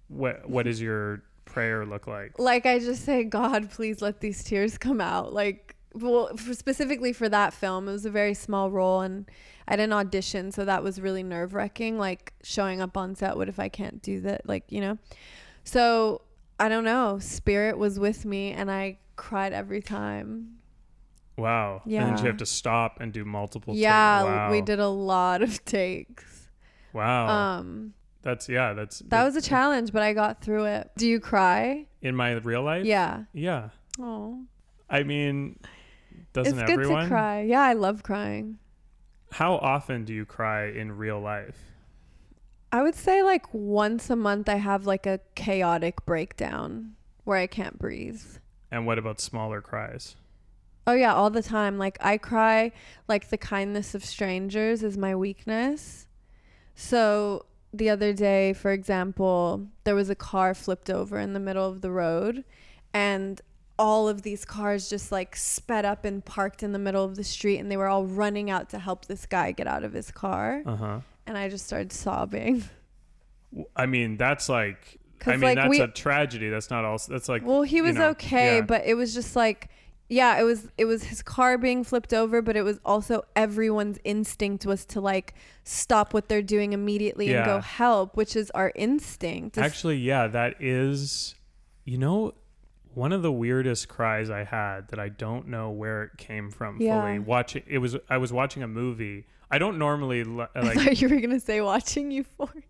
Speaker 3: what what does your prayer look like?
Speaker 2: like I just say, God, please let these tears come out. Like, well, for specifically for that film, it was a very small role, and I didn't audition, so that was really nerve wracking. Like showing up on set, what if I can't do that? Like, you know. So I don't know. Spirit was with me, and I cried every time.
Speaker 3: Wow. And then you
Speaker 2: Yeah.
Speaker 3: have to stop and do multiple.
Speaker 2: yeah,
Speaker 3: takes. wow. Oh.
Speaker 2: we did a lot of takes.
Speaker 3: Wow.
Speaker 2: Um,
Speaker 3: that's yeah. That's
Speaker 2: that was a challenge, but I got through it. Do you cry?
Speaker 3: in my real life.
Speaker 2: Yeah.
Speaker 3: Yeah.
Speaker 2: Oh,
Speaker 3: I mean,
Speaker 2: it's
Speaker 3: doesn't
Speaker 2: good
Speaker 3: everyone?
Speaker 2: to cry. Yeah, I love crying.
Speaker 3: How often do you cry in real life?
Speaker 2: I would say like once a month I have like a chaotic breakdown where I can't breathe.
Speaker 3: And what about smaller cries?
Speaker 2: Oh yeah, all the time. Like I cry like the kindness of strangers is my weakness. So the other day, for example, there was a car flipped over in the middle of the road and all of these cars just like sped up and parked in the middle of the street and they were all running out to help this guy get out of his car
Speaker 3: Uh huh.
Speaker 2: and I just started sobbing.
Speaker 3: I mean, that's like. I
Speaker 2: 'Cause,
Speaker 3: mean,
Speaker 2: like,
Speaker 3: that's
Speaker 2: we-
Speaker 3: a tragedy. That's not all. That's like.
Speaker 2: Well, he
Speaker 3: you
Speaker 2: was
Speaker 3: know,
Speaker 2: okay,
Speaker 3: yeah.
Speaker 2: but it was just like yeah, it was it was his car being flipped over, but it was also everyone's instinct was to like stop what they're doing immediately and
Speaker 3: Yeah.
Speaker 2: go help, which is our instinct. It's-
Speaker 3: Actually, yeah, that is, you know, one of the weirdest cries I had that I don't know where it came from fully.
Speaker 2: Yeah.
Speaker 3: Watching it was, I was watching a movie. I don't normally li-
Speaker 2: I
Speaker 3: like
Speaker 2: thought you were gonna say watching Euphoria.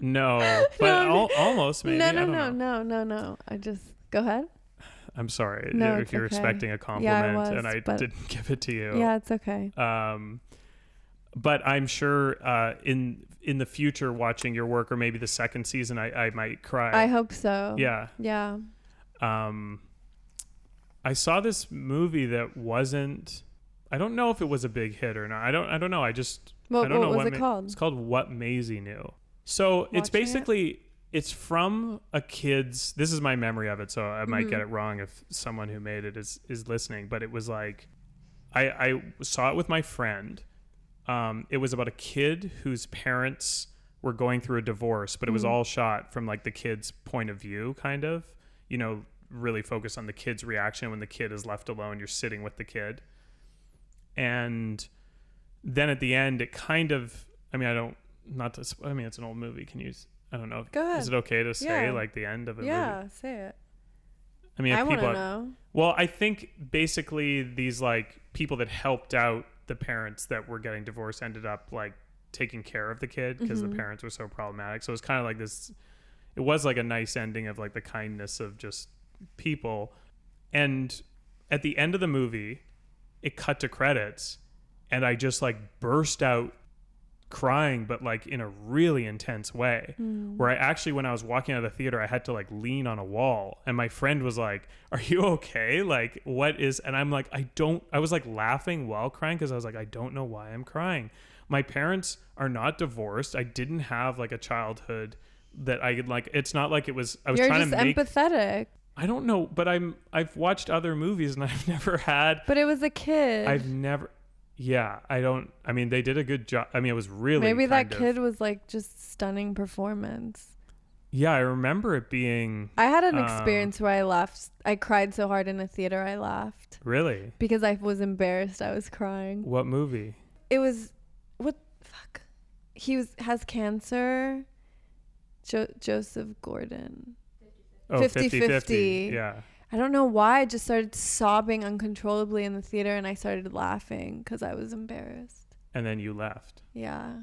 Speaker 3: no, but
Speaker 2: No,
Speaker 3: al- almost maybe.
Speaker 2: no,
Speaker 3: I
Speaker 2: no,
Speaker 3: don't
Speaker 2: no,
Speaker 3: know.
Speaker 2: no, no, no. I just go ahead.
Speaker 3: I'm sorry
Speaker 2: No,
Speaker 3: if
Speaker 2: it's
Speaker 3: you're
Speaker 2: okay.
Speaker 3: expecting a
Speaker 2: Yeah, I
Speaker 3: compliment and
Speaker 2: was,
Speaker 3: I
Speaker 2: but-
Speaker 3: didn't give it to you.
Speaker 2: Yeah, it's okay.
Speaker 3: Um, but I'm sure uh, in in the future, watching your work or maybe the second season, I, I might cry.
Speaker 2: I hope so.
Speaker 3: yeah.
Speaker 2: Yeah.
Speaker 3: Um, I saw this movie that wasn't. I don't know if it was a big hit or not. I don't. I don't know. I just. I
Speaker 2: What,
Speaker 3: don't
Speaker 2: what
Speaker 3: know
Speaker 2: was
Speaker 3: what
Speaker 2: it
Speaker 3: Ma-
Speaker 2: called?
Speaker 3: It's called What Maisie Knew. So it's
Speaker 2: Watching it?
Speaker 3: basically it's from a kid's. This is my memory of it, so I
Speaker 2: Mm-hmm.
Speaker 3: might get it wrong if someone who made it is is listening. But it was like, I I saw it with my friend. Um, it was about a kid whose parents were going through a divorce, but it was
Speaker 2: Mm-hmm.
Speaker 3: all shot from like the kid's point of view, kind of. You know, really focus on the kid's reaction when the kid is left alone. You're sitting with the kid, and then at the end, it kind of. I mean, I don't. Not to. sp- I mean, it's an old movie. Can you? s- I don't know.
Speaker 2: Go ahead.
Speaker 3: Is it okay to say
Speaker 2: Yeah.
Speaker 3: like the end of a
Speaker 2: yeah,
Speaker 3: movie?
Speaker 2: say it.
Speaker 3: I mean, if
Speaker 2: I want
Speaker 3: people.
Speaker 2: to know.
Speaker 3: Well, I think basically these like people that helped out the parents that were getting divorced ended up like taking care of the kid because the parents were so problematic. So it's kind of like this. It was like a nice ending of like the kindness of just people, and at the end of the movie, it cut to credits, and I just like burst out crying but like in a really intense way
Speaker 2: Hmm.
Speaker 3: where i actually when i was walking out of the theater i had to like lean on a wall and my friend was like are you okay like what is and i'm like i don't i was like laughing while crying because i was like i don't know why i'm crying my parents are not divorced i didn't have like a childhood that i could like it's not like it was i was
Speaker 2: You're
Speaker 3: trying
Speaker 2: just
Speaker 3: to make
Speaker 2: empathetic.
Speaker 3: i don't know but i'm i've watched other movies and i've never had
Speaker 2: But it was a kid.
Speaker 3: i've never yeah i don't i mean they did a good job i mean it was really
Speaker 2: Maybe that
Speaker 3: kind of-
Speaker 2: kid was like just stunning performance.
Speaker 3: Yeah, I remember it being
Speaker 2: I had an
Speaker 3: Um,
Speaker 2: experience where I laughed. I cried so hard in a theater I laughed
Speaker 3: really
Speaker 2: because I was embarrassed. I was crying.
Speaker 3: what movie?
Speaker 2: It was what fuck. He was has cancer. Jo- Joseph Gordon.
Speaker 3: Oh,
Speaker 2: 50-50.
Speaker 3: 50-50. Yeah.
Speaker 2: I don't know why I just started sobbing uncontrollably in the theater and I started laughing cuz I was embarrassed.
Speaker 3: And then you left.
Speaker 2: Yeah.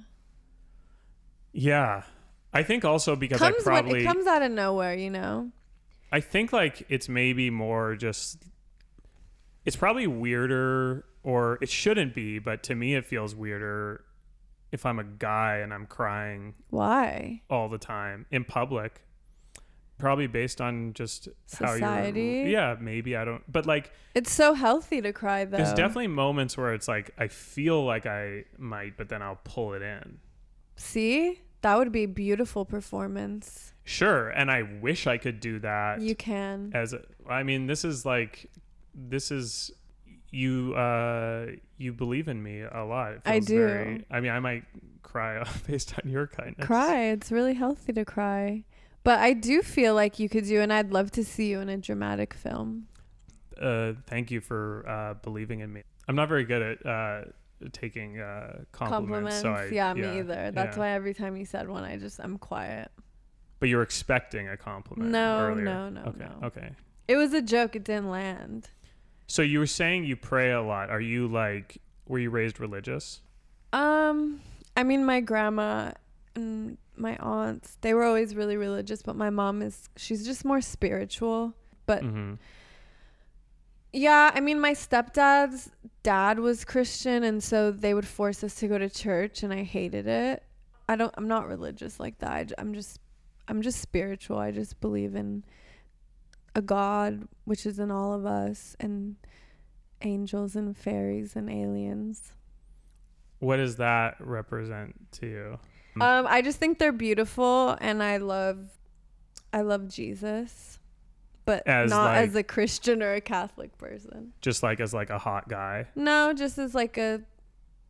Speaker 3: Yeah. I think also because I
Speaker 2: Comes when
Speaker 3: probably
Speaker 2: it comes out of nowhere, you know.
Speaker 3: I think like it's maybe more just it's probably weirder or it shouldn't be, but to me it feels weirder if I'm a guy and I'm crying
Speaker 2: Why?
Speaker 3: all the time in public. Probably based on just How
Speaker 2: Society?
Speaker 3: you're, yeah, maybe I don't. But like,
Speaker 2: It's so healthy to cry though.
Speaker 3: There's definitely moments where it's like I feel like I might, but then I'll pull it in.
Speaker 2: See? That would be a beautiful performance.
Speaker 3: Sure, and I wish I could do that.
Speaker 2: You can.
Speaker 3: as a, I mean, this is like this is you uh you believe in me a lot. It
Speaker 2: I
Speaker 3: feels
Speaker 2: do.
Speaker 3: very- I mean, I might cry based on your kindness.
Speaker 2: Cry. It's really healthy to cry. But I do feel like you could do and I'd love to see you in a dramatic film.
Speaker 3: Uh, thank you for uh, believing in me. I'm not very good at uh, taking uh,
Speaker 2: Compliments.
Speaker 3: compliments. so I-
Speaker 2: yeah, me either. That's
Speaker 3: yeah.
Speaker 2: why every time you said one I just I'm quiet.
Speaker 3: But you're expecting a compliment.
Speaker 2: No,
Speaker 3: earlier.
Speaker 2: no, no,
Speaker 3: Okay,
Speaker 2: no.
Speaker 3: okay.
Speaker 2: It was a joke. It didn't land.
Speaker 3: So you were saying you pray a lot. Are you like were you raised religious?
Speaker 2: Um, I mean, my grandma and my aunts, they were always really religious, but my mom is, she's just more spiritual. But
Speaker 3: Mm-hmm.
Speaker 2: yeah, I mean, my stepdad's dad was Christian, and so they would force us to go to church, and I hated it. I don't, I'm not religious like that. I, j- I'm just, I'm just spiritual. I just believe in a God, which is in all of us, and angels and fairies and aliens.
Speaker 3: What does that represent to you? Mm.
Speaker 2: Um, I just think they're beautiful, and I love, I love Jesus, but
Speaker 3: As,
Speaker 2: not
Speaker 3: like-
Speaker 2: as a Christian or a Catholic person.
Speaker 3: Just like as like a hot guy.
Speaker 2: No, just as like a,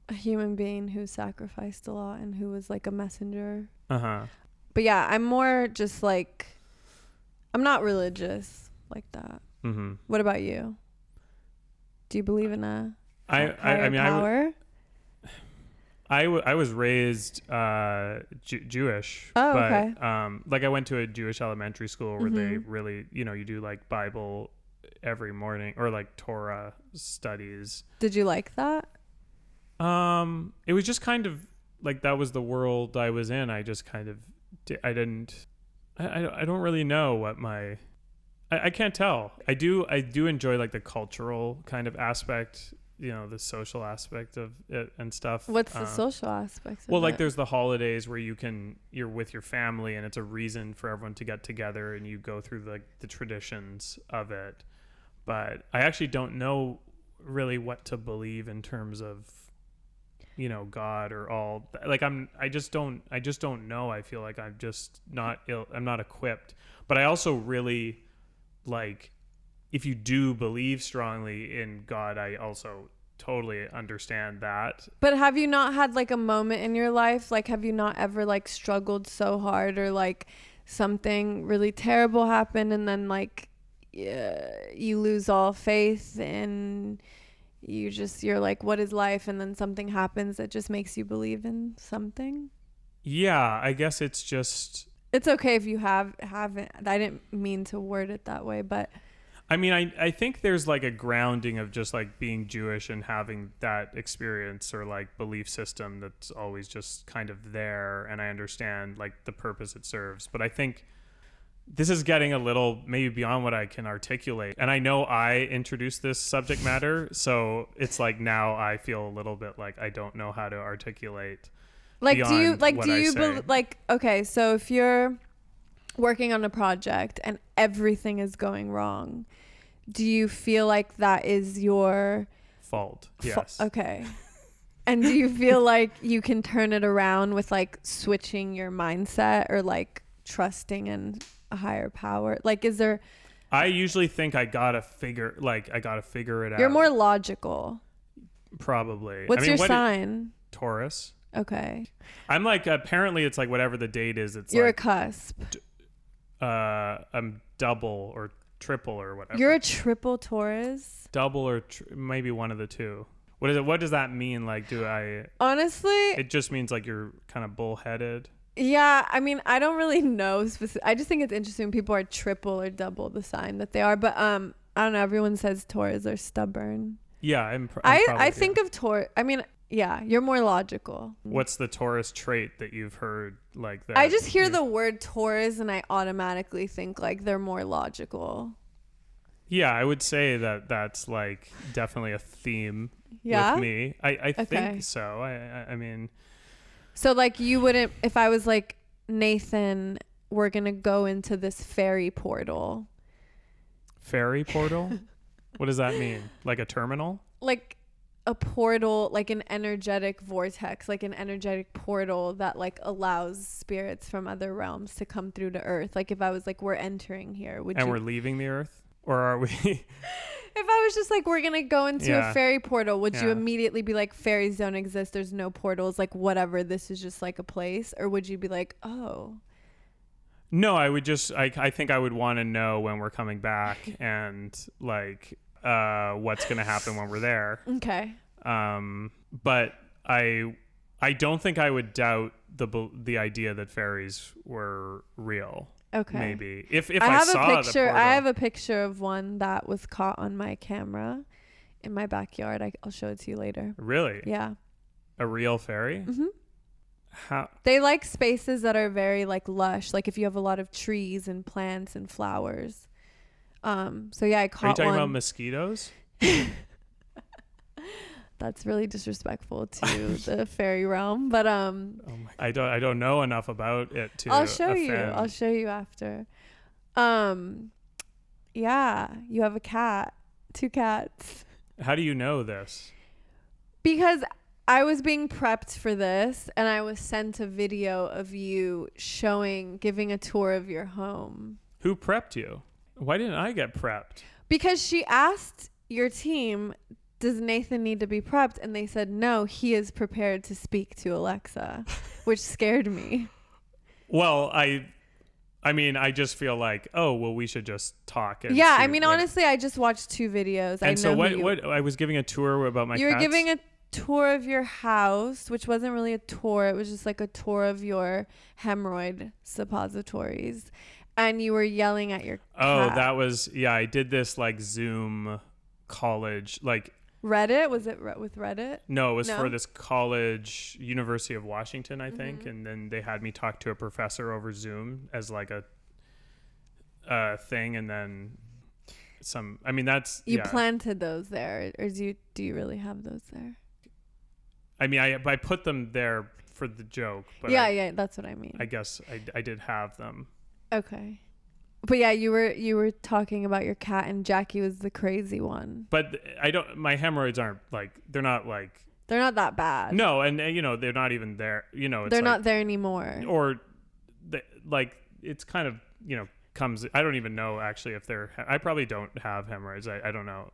Speaker 2: a human being who sacrificed a lot and who was like a messenger.
Speaker 3: Uh huh.
Speaker 2: But yeah, I'm more just like, I'm not religious like that.
Speaker 3: Mm-hmm.
Speaker 2: What about you? Do you believe in a
Speaker 3: I,
Speaker 2: h-
Speaker 3: I, I
Speaker 2: higher
Speaker 3: mean I w-
Speaker 2: power?
Speaker 3: I, w- I was raised uh, Ju- Jewish,
Speaker 2: Oh,
Speaker 3: but
Speaker 2: okay.
Speaker 3: um, like I went to a Jewish elementary school where they
Speaker 2: Mhm.
Speaker 3: really, you know, you do like Bible every morning or like Torah studies
Speaker 2: Did you like that?
Speaker 3: Um, it was just kind of like that was the world I was in. I just kind of di- I didn't I I, I don't really know what my I I, I can't tell. I do. I do enjoy like the cultural kind of aspect. You know, the social aspect of it and stuff.
Speaker 2: What's
Speaker 3: Um,
Speaker 2: the social aspect? Of
Speaker 3: Well, like
Speaker 2: it?
Speaker 3: there's the holidays where you can you're with your family and it's a reason for everyone to get together and you go through like the traditions of it. But I actually don't know really what to believe in terms of you know God or all like I'm I just don't I just don't know. I feel like I'm just not ill I'm not equipped. But I also really like if you do believe strongly in God, I also totally understand that
Speaker 2: But have you not had like a moment in your life? Like, have you not ever like struggled so hard or like something really terrible happened and then like yeah, you lose all faith and you just, you're like, what is life? And then something happens that just makes you believe in something.
Speaker 3: Yeah, I guess it's just.
Speaker 2: It's okay if you have haven't. I didn't mean to word it that way, but
Speaker 3: I mean, I I think there's like a grounding of just like being Jewish and having that experience or like belief system that's always just kind of there, and I understand like the purpose it serves. But I think this is getting a little maybe beyond what I can articulate, and I know I introduced this subject matter, so it's like now I feel a little bit like I don't know how to articulate.
Speaker 2: like do you
Speaker 3: beyond
Speaker 2: like
Speaker 3: what
Speaker 2: do
Speaker 3: I
Speaker 2: you
Speaker 3: say.
Speaker 2: bel like okay so if you're working on a project and everything is going wrong do you feel like that is your
Speaker 3: Fault.
Speaker 2: fa-
Speaker 3: Yes.
Speaker 2: okay and do you feel like you can turn it around with like switching your mindset or like trusting in a higher power like is there
Speaker 3: I usually think I gotta figure like I gotta figure it out.
Speaker 2: you're more logical
Speaker 3: Probably.
Speaker 2: what's
Speaker 3: I mean,
Speaker 2: your
Speaker 3: what i-
Speaker 2: sign
Speaker 3: Taurus.
Speaker 2: okay
Speaker 3: I'm like apparently it's like whatever the date is. It's
Speaker 2: you're
Speaker 3: like
Speaker 2: a cusp
Speaker 3: uh, I'm double or triple or whatever.
Speaker 2: you're a triple taurus
Speaker 3: double or tr- maybe one of the two. What is it? What does that mean? Like, do I?
Speaker 2: honestly
Speaker 3: It just means like you're kind of bullheaded.
Speaker 2: Yeah, I mean, I don't really know. Speci- I just think it's interesting when people are triple or double the sign that they are. But um, I don't know. Everyone says Taurus are stubborn.
Speaker 3: Yeah, I'm. Pr- I'm
Speaker 2: i
Speaker 3: probably-
Speaker 2: I think of Taurus. I mean, yeah, you're more logical.
Speaker 3: What's the Taurus trait that you've heard like that?
Speaker 2: I just hear
Speaker 3: you-
Speaker 2: the word Taurus and I automatically think like they're more logical.
Speaker 3: Yeah, I would say that that's like definitely a theme
Speaker 2: Yeah.
Speaker 3: with me. I, I
Speaker 2: Okay.
Speaker 3: think so. I, I I mean,
Speaker 2: So like you wouldn't if I was like Nathan, we're gonna go into this fairy portal.
Speaker 3: ferry portal. what does that mean? Like a terminal?
Speaker 2: like a portal like an energetic vortex like an energetic portal that like allows spirits from other realms to come through to earth like if i was like we're entering here would
Speaker 3: and
Speaker 2: you
Speaker 3: we're leaving the earth or are we
Speaker 2: if i was just like we're gonna go into
Speaker 3: Yeah.
Speaker 2: a fairy portal would you
Speaker 3: Yeah.
Speaker 2: immediately be like fairies don't exist there's no portals like whatever this is just like a place or would you be like oh
Speaker 3: no i would just i, I think i would want to know when we're coming back and like uh what's gonna happen when we're there
Speaker 2: okay
Speaker 3: um but i i don't think i would doubt the bel- the idea that fairies were real
Speaker 2: okay
Speaker 3: maybe if if
Speaker 2: I
Speaker 3: i,
Speaker 2: have
Speaker 3: saw
Speaker 2: a picture.
Speaker 3: the portal,
Speaker 2: I have a picture of one that was caught on my camera in my backyard. I, I'll show it to you later.
Speaker 3: really
Speaker 2: Yeah.
Speaker 3: a real fairy
Speaker 2: Mhm.
Speaker 3: how
Speaker 2: They like spaces that are very like lush, like if you have a lot of trees and plants and flowers. Um, so yeah, I
Speaker 3: are you
Speaker 2: caught
Speaker 3: talking
Speaker 2: one.
Speaker 3: about mosquitoes
Speaker 2: That's really disrespectful to the fairy realm, but um,
Speaker 3: oh my i don't i don't know enough about it to
Speaker 2: I'll show you.
Speaker 3: offend.
Speaker 2: I'll show you after. Um, yeah, you have a cat, two cats,
Speaker 3: how do you know this
Speaker 2: because I was being prepped for this, and I was sent a video of you showing, giving a tour of your home.
Speaker 3: Who prepped you? Why didn't I get prepped?
Speaker 2: Because she asked your team, does Nathan need to be prepped? And they said, no, he is prepared to speak to Alexa, which scared me.
Speaker 3: Well, I I mean, I just feel like, oh, well we should just talk and
Speaker 2: yeah, I
Speaker 3: see
Speaker 2: mean,
Speaker 3: what-
Speaker 2: honestly, I just watched two videos. I know
Speaker 3: And so
Speaker 2: who
Speaker 3: what
Speaker 2: you,
Speaker 3: what I was giving a tour about my
Speaker 2: you were
Speaker 3: cats.
Speaker 2: giving a tour of your house, which wasn't really a tour. It was just like a tour of your hemorrhoid suppositories. And you were yelling at your
Speaker 3: Oh,
Speaker 2: cat.
Speaker 3: that was yeah, I did this like Zoom college like
Speaker 2: Reddit. Was it re- with Reddit?
Speaker 3: no, it was
Speaker 2: No? Mm-hmm.
Speaker 3: for this college, University of Washington, I think, and then they had me talk to a professor over Zoom as like a uh, thing, and then some. I mean, that's
Speaker 2: You
Speaker 3: yeah.
Speaker 2: planted those there, or do you do you really have those there?
Speaker 3: I mean, I I put them there for the joke, but
Speaker 2: yeah,
Speaker 3: I,
Speaker 2: yeah, that's what I mean.
Speaker 3: I guess I I did have them.
Speaker 2: okay, but yeah, you were you were talking about your cat, and Jackie was the crazy one.
Speaker 3: But I don't. My hemorrhoids aren't like they're not like
Speaker 2: They're not that bad.
Speaker 3: no, and uh, you know they're not even there. You know, it's
Speaker 2: they're
Speaker 3: like,
Speaker 2: not there anymore.
Speaker 3: or th- like it's kind of you know comes i don't even know actually if they're i probably don't have hemorrhoids i, I don't know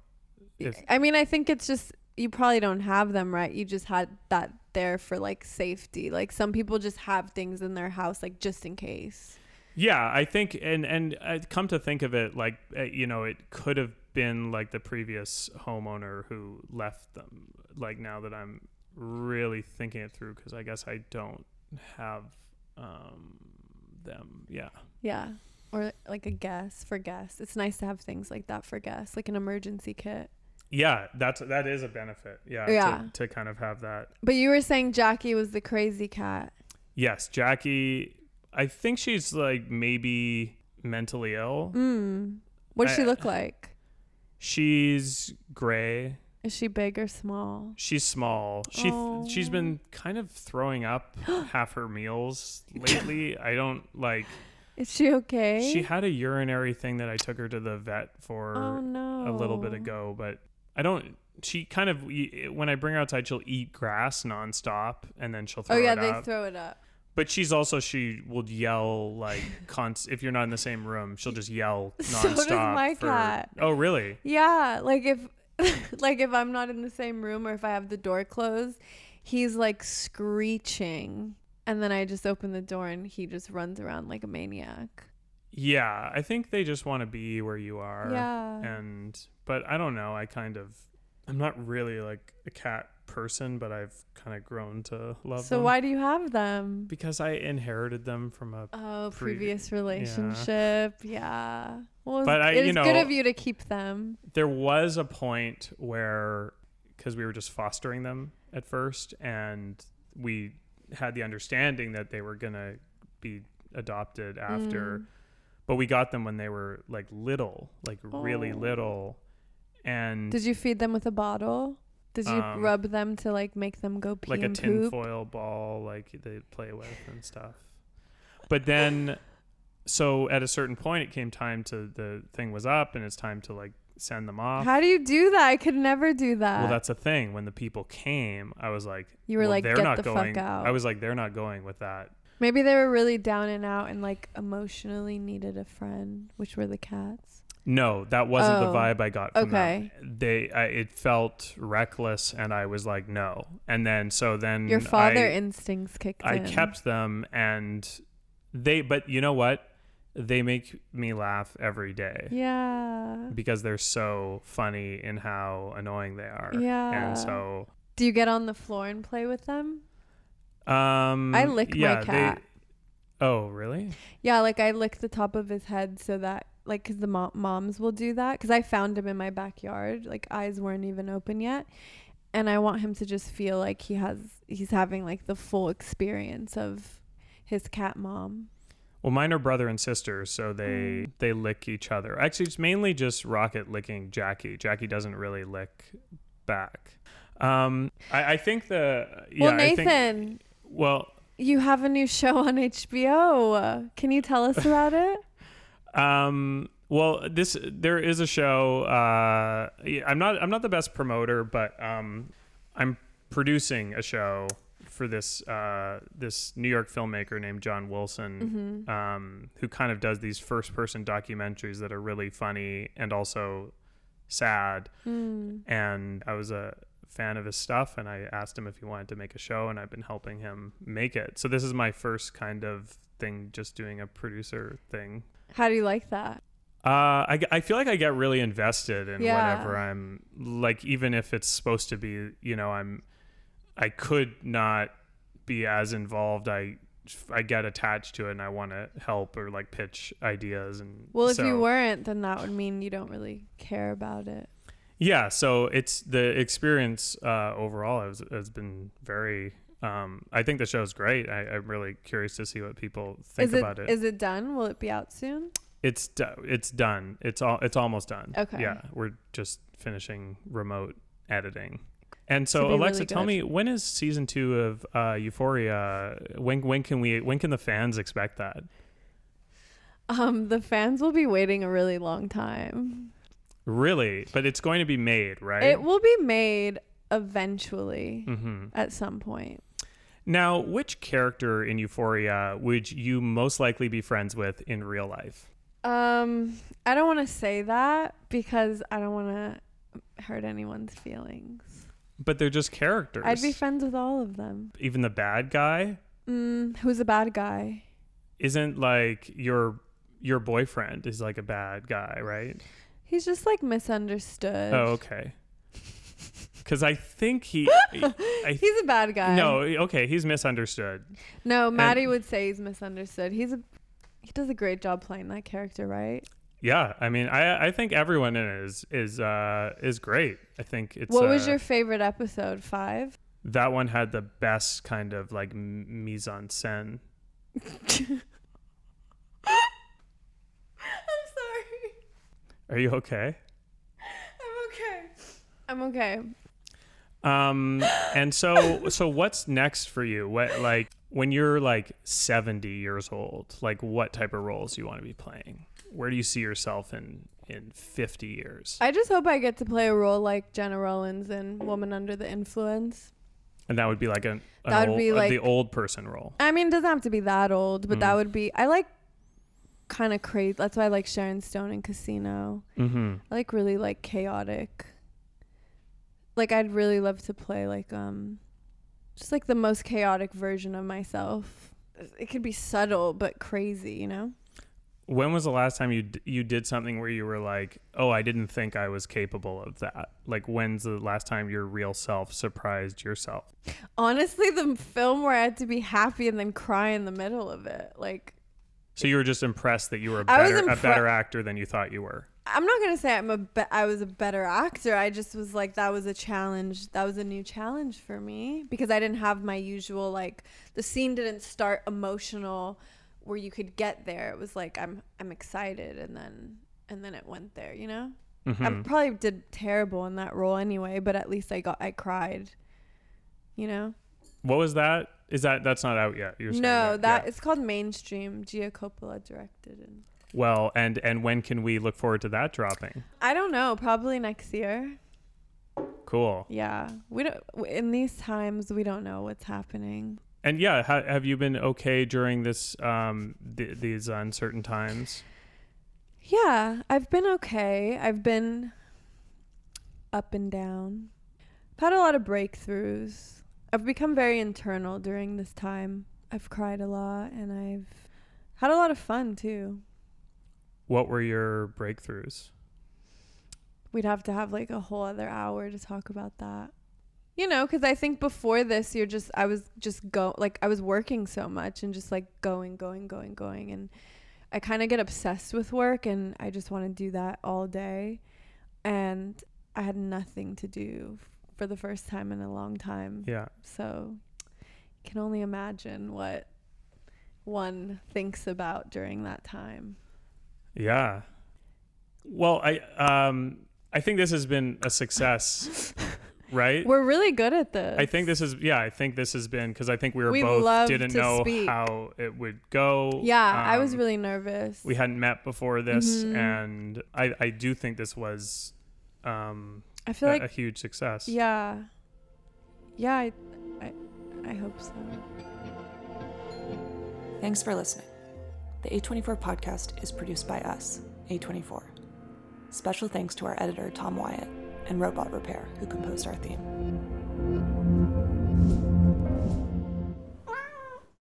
Speaker 3: if
Speaker 2: I mean, I think it's just you probably don't have them, right? You just had that there for like safety. Like some people just have things in their house, like just in case.
Speaker 3: yeah i think and and i come to think of it like uh, you know it could have been like the previous homeowner who left them like now that i'm really thinking it through because i guess i don't have um them yeah
Speaker 2: Yeah. Or like a guess for guess. It's nice to have things like that for guess, like an emergency kit.
Speaker 3: yeah that's that is a benefit yeah, to-
Speaker 2: Yeah.
Speaker 3: to kind of have that
Speaker 2: But you were saying Jackie was the crazy cat.
Speaker 3: Yes, Jackie. I think she's like maybe mentally ill.
Speaker 2: Mm. What does she
Speaker 3: I-
Speaker 2: look like?
Speaker 3: She's gray.
Speaker 2: Is she big or small?
Speaker 3: She's small. She
Speaker 2: Oh.
Speaker 3: th- she's been kind of throwing up half her meals lately. I don't like.
Speaker 2: Is she okay?
Speaker 3: She had a urinary thing that I took her to the vet for
Speaker 2: oh no.
Speaker 3: a little bit ago, but I don't. She kind of when I bring her outside, she'll eat grass nonstop, and then she'll throw
Speaker 2: Oh yeah,
Speaker 3: it
Speaker 2: they
Speaker 3: up.
Speaker 2: throw it up.
Speaker 3: But she's also she will yell like const- if you're not in the same room, she'll just yell
Speaker 2: So
Speaker 3: nonstop.
Speaker 2: does my
Speaker 3: for-
Speaker 2: cat.
Speaker 3: Oh really?
Speaker 2: Yeah, like if like if I'm not in the same room or if I have the door closed, he's like screeching and then I just open the door and he just runs around like a maniac.
Speaker 3: Yeah, I think they just want to be where you are.
Speaker 2: Yeah.
Speaker 3: And but I don't know. I kind of I'm not really like a cat person, but I've kind of grown to love
Speaker 2: so
Speaker 3: them.
Speaker 2: why do you have them?
Speaker 3: Because I inherited them from a.
Speaker 2: oh,
Speaker 3: Pre-
Speaker 2: previous relationship. Yeah. Well,
Speaker 3: But I-
Speaker 2: it's
Speaker 3: you
Speaker 2: good
Speaker 3: know-
Speaker 2: of you to keep them.
Speaker 3: There was a point where because we were just fostering them at first, and we had the understanding that they were gonna be adopted after.
Speaker 2: Mm.
Speaker 3: but we got them when they were like little, like really
Speaker 2: Oh.
Speaker 3: little. And
Speaker 2: Mm. Did you feed them with a bottle? Did you
Speaker 3: Um,
Speaker 2: rub them to like make them go pee
Speaker 3: like a
Speaker 2: and poop?
Speaker 3: tinfoil ball, like they play with and stuff. But then, so at a certain point, it came time to the thing was up and it's time to like send them off.
Speaker 2: How do you do that? I could never do that.
Speaker 3: well, that's the thing. When the people came, I was like,
Speaker 2: Uh, You were
Speaker 3: "Well,
Speaker 2: like,
Speaker 3: they're
Speaker 2: "Get
Speaker 3: not
Speaker 2: the fuck
Speaker 3: going.
Speaker 2: out."
Speaker 3: I was like, they're not going with that.
Speaker 2: Maybe they were really down and out and like emotionally needed a friend, which were the cats.
Speaker 3: No, that wasn't
Speaker 2: Oh,
Speaker 3: the vibe I got from
Speaker 2: okay.
Speaker 3: them. They, I, it felt reckless, and I was like, no. And then, so then
Speaker 2: Your father
Speaker 3: Mm, I,
Speaker 2: instincts kicked
Speaker 3: I
Speaker 2: in.
Speaker 3: kept them and they but you know what? They make me laugh every day
Speaker 2: Yeah.
Speaker 3: because they're so funny in how annoying they are.
Speaker 2: Yeah.
Speaker 3: And so
Speaker 2: Do you get on the floor and play with them?
Speaker 3: um
Speaker 2: I lick my
Speaker 3: yeah, they-
Speaker 2: cat.
Speaker 3: oh, really?
Speaker 2: Yeah, like I lick the top of his head so that like cuz the mo- moms will do that cuz I found him in my backyard, like eyes weren't even open yet. And I want him to just feel like he has he's having like the full experience of his cat mom.
Speaker 3: Well, mine are brother and sister, so they
Speaker 2: Mm.
Speaker 3: they lick each other. Actually, it's mainly just Rocket licking Jackie. Jackie doesn't really lick back. Um, I, I think the yeah,
Speaker 2: well,
Speaker 3: I
Speaker 2: Nathan,
Speaker 3: think- well,
Speaker 2: You have a new show on HBO. Can you tell us about it?
Speaker 3: Um, well, this there is a show. Uh, yeah, I'm not I'm not the best promoter, but um, I'm producing a show for this uh, this New York filmmaker named John
Speaker 2: Mm-hmm.
Speaker 3: Wilson, um, who kind of does these first person documentaries that are really funny and also sad.
Speaker 2: Hmm.
Speaker 3: And I was a fan of his stuff, and I asked him if he wanted to make a show, and I've been helping him make it. So this is my first kind of thing, just doing a producer thing.
Speaker 2: How do you like that?
Speaker 3: Uh, I, I feel like I get really invested in
Speaker 2: Yeah.
Speaker 3: whatever I'm like, even if it's supposed to be, you know, I'm, I could not be as involved. I, I get attached to it and I want to help or like pitch ideas and
Speaker 2: Well, if you
Speaker 3: so-
Speaker 2: weren't, then that would mean you don't really care about it.
Speaker 3: yeah so it's the experience uh overall has, has been very um I think the show's great I, I'm really curious to see what people think
Speaker 2: Is it,
Speaker 3: about it
Speaker 2: is it done? Will it be out soon?
Speaker 3: it's do- it's done. It's all it's almost done.
Speaker 2: Okay.
Speaker 3: Yeah, we're just finishing remote editing. And
Speaker 2: Should
Speaker 3: so,
Speaker 2: be really
Speaker 3: Alexa, tell
Speaker 2: good.
Speaker 3: me when is season two of uh, Euphoria? When when can we when can the fans expect that?
Speaker 2: Um, the fans will be waiting a really long time.
Speaker 3: Really, but it's going to be made, right?
Speaker 2: It will be made eventually
Speaker 3: mm-hmm.
Speaker 2: at some point.
Speaker 3: Now, which character in Euphoria would you most likely be friends with in real life?
Speaker 2: Um, I don't want to say that because I don't want to hurt anyone's feelings.
Speaker 3: But they're just characters.
Speaker 2: I'd be friends with all of them.
Speaker 3: Even the bad guy
Speaker 2: Mm, who's a bad guy?
Speaker 3: isn't like your your boyfriend is like a bad guy, right?
Speaker 2: He's just like misunderstood.
Speaker 3: Oh, okay. Because I think he. I th-
Speaker 2: He's a bad guy.
Speaker 3: no, okay, he's misunderstood.
Speaker 2: no. Maddie would say he's misunderstood. He's a he does a great job playing that character, right?
Speaker 3: Yeah, I mean, I I think everyone in it is is uh, is great. I think it's.
Speaker 2: what was
Speaker 3: uh,
Speaker 2: your favorite episode? Five.
Speaker 3: That one had the best kind of like m- mise en scène.
Speaker 2: I'm sorry.
Speaker 3: Are you okay?
Speaker 2: I'm okay. I'm okay.
Speaker 3: Um, and so, so what's next for you? What like when you're like 70 years old? Like what type of roles you want to be playing? Where do you see yourself in in 50 years?
Speaker 2: I just hope I get to play a role like Jenna Rollins in Woman Under the Influence.
Speaker 3: and that would be like an, an
Speaker 2: That would
Speaker 3: old,
Speaker 2: be,
Speaker 3: uh,
Speaker 2: like-
Speaker 3: the old person role.
Speaker 2: I mean, it doesn't have to be that old, but that
Speaker 3: Mm.
Speaker 2: would be. I like kind of crazy. That's why I like Sharon Stone in Casino.
Speaker 3: Mm-hmm.
Speaker 2: I like really like chaotic. Like I'd really love to play like um, just like the most chaotic version of myself. It could be subtle but crazy, you know.
Speaker 3: When was the last time you d- you did something where you were like, "Oh, I didn't think I was capable of that." Like when's the last time your real self surprised yourself?
Speaker 2: Honestly, the film where I had to be happy and then cry in the middle of it, like
Speaker 3: So you were just impressed that you were a
Speaker 2: I was
Speaker 3: better,
Speaker 2: impre-
Speaker 3: a better actor than you thought you were.
Speaker 2: I'm not gonna say I'm a be- I was a better actor. I just was like that was a challenge. That was a new challenge for me because I didn't have my usual like the scene didn't start emotional where you could get there. It was like I'm I'm excited and then and then it went there. You know, I
Speaker 3: Mhm.
Speaker 2: probably did terrible in that role anyway, but at least I got I cried. You know,
Speaker 3: What was that? Is that that's not out yet? You're saying
Speaker 2: no,
Speaker 3: that,
Speaker 2: that
Speaker 3: yeah.
Speaker 2: it's called mainstream. Gia Coppola directed and
Speaker 3: well, and and when can we look forward to that dropping?
Speaker 2: I don't know. Probably next year.
Speaker 3: Cool.
Speaker 2: Yeah, we don't. w- In these times, we don't know what's happening.
Speaker 3: And yeah, ha- have you been okay during this um th- these uncertain times?
Speaker 2: Yeah, I've been okay. I've been up and down. I've had a lot of breakthroughs. I've become very internal during this time. I've cried a lot, and I've had a lot of fun too.
Speaker 3: What were your breakthroughs?
Speaker 2: We'd have to have like a whole other hour to talk about that. You know, because I think before this, you're just, I was just go, like, I was working so much and just like going, going, going, going. And I kind of get obsessed with work and I just want to do that all day. And I had nothing to do for the first time in a long time.
Speaker 3: Yeah.
Speaker 2: So you can only imagine what one thinks about during that time.
Speaker 3: Yeah. Well, I um I think this has been a success, right?
Speaker 2: We're really good at this.
Speaker 3: I think this is yeah. I think this has been because I think we were
Speaker 2: We
Speaker 3: both
Speaker 2: love
Speaker 3: didn't
Speaker 2: to
Speaker 3: know
Speaker 2: speak.
Speaker 3: how it would go.
Speaker 2: Yeah, I was
Speaker 3: Um,
Speaker 2: really nervous.
Speaker 3: we hadn't met before this,
Speaker 2: Mhm.
Speaker 3: and I I do think this was um
Speaker 2: I feel
Speaker 3: a-
Speaker 2: like
Speaker 3: a huge success.
Speaker 2: Yeah. Yeah, I, I, I hope so.
Speaker 1: Thanks for listening. The A24 podcast is produced by us, A24. Special thanks to our editor, Tom Wyatt, and Robot Repair, who composed our theme.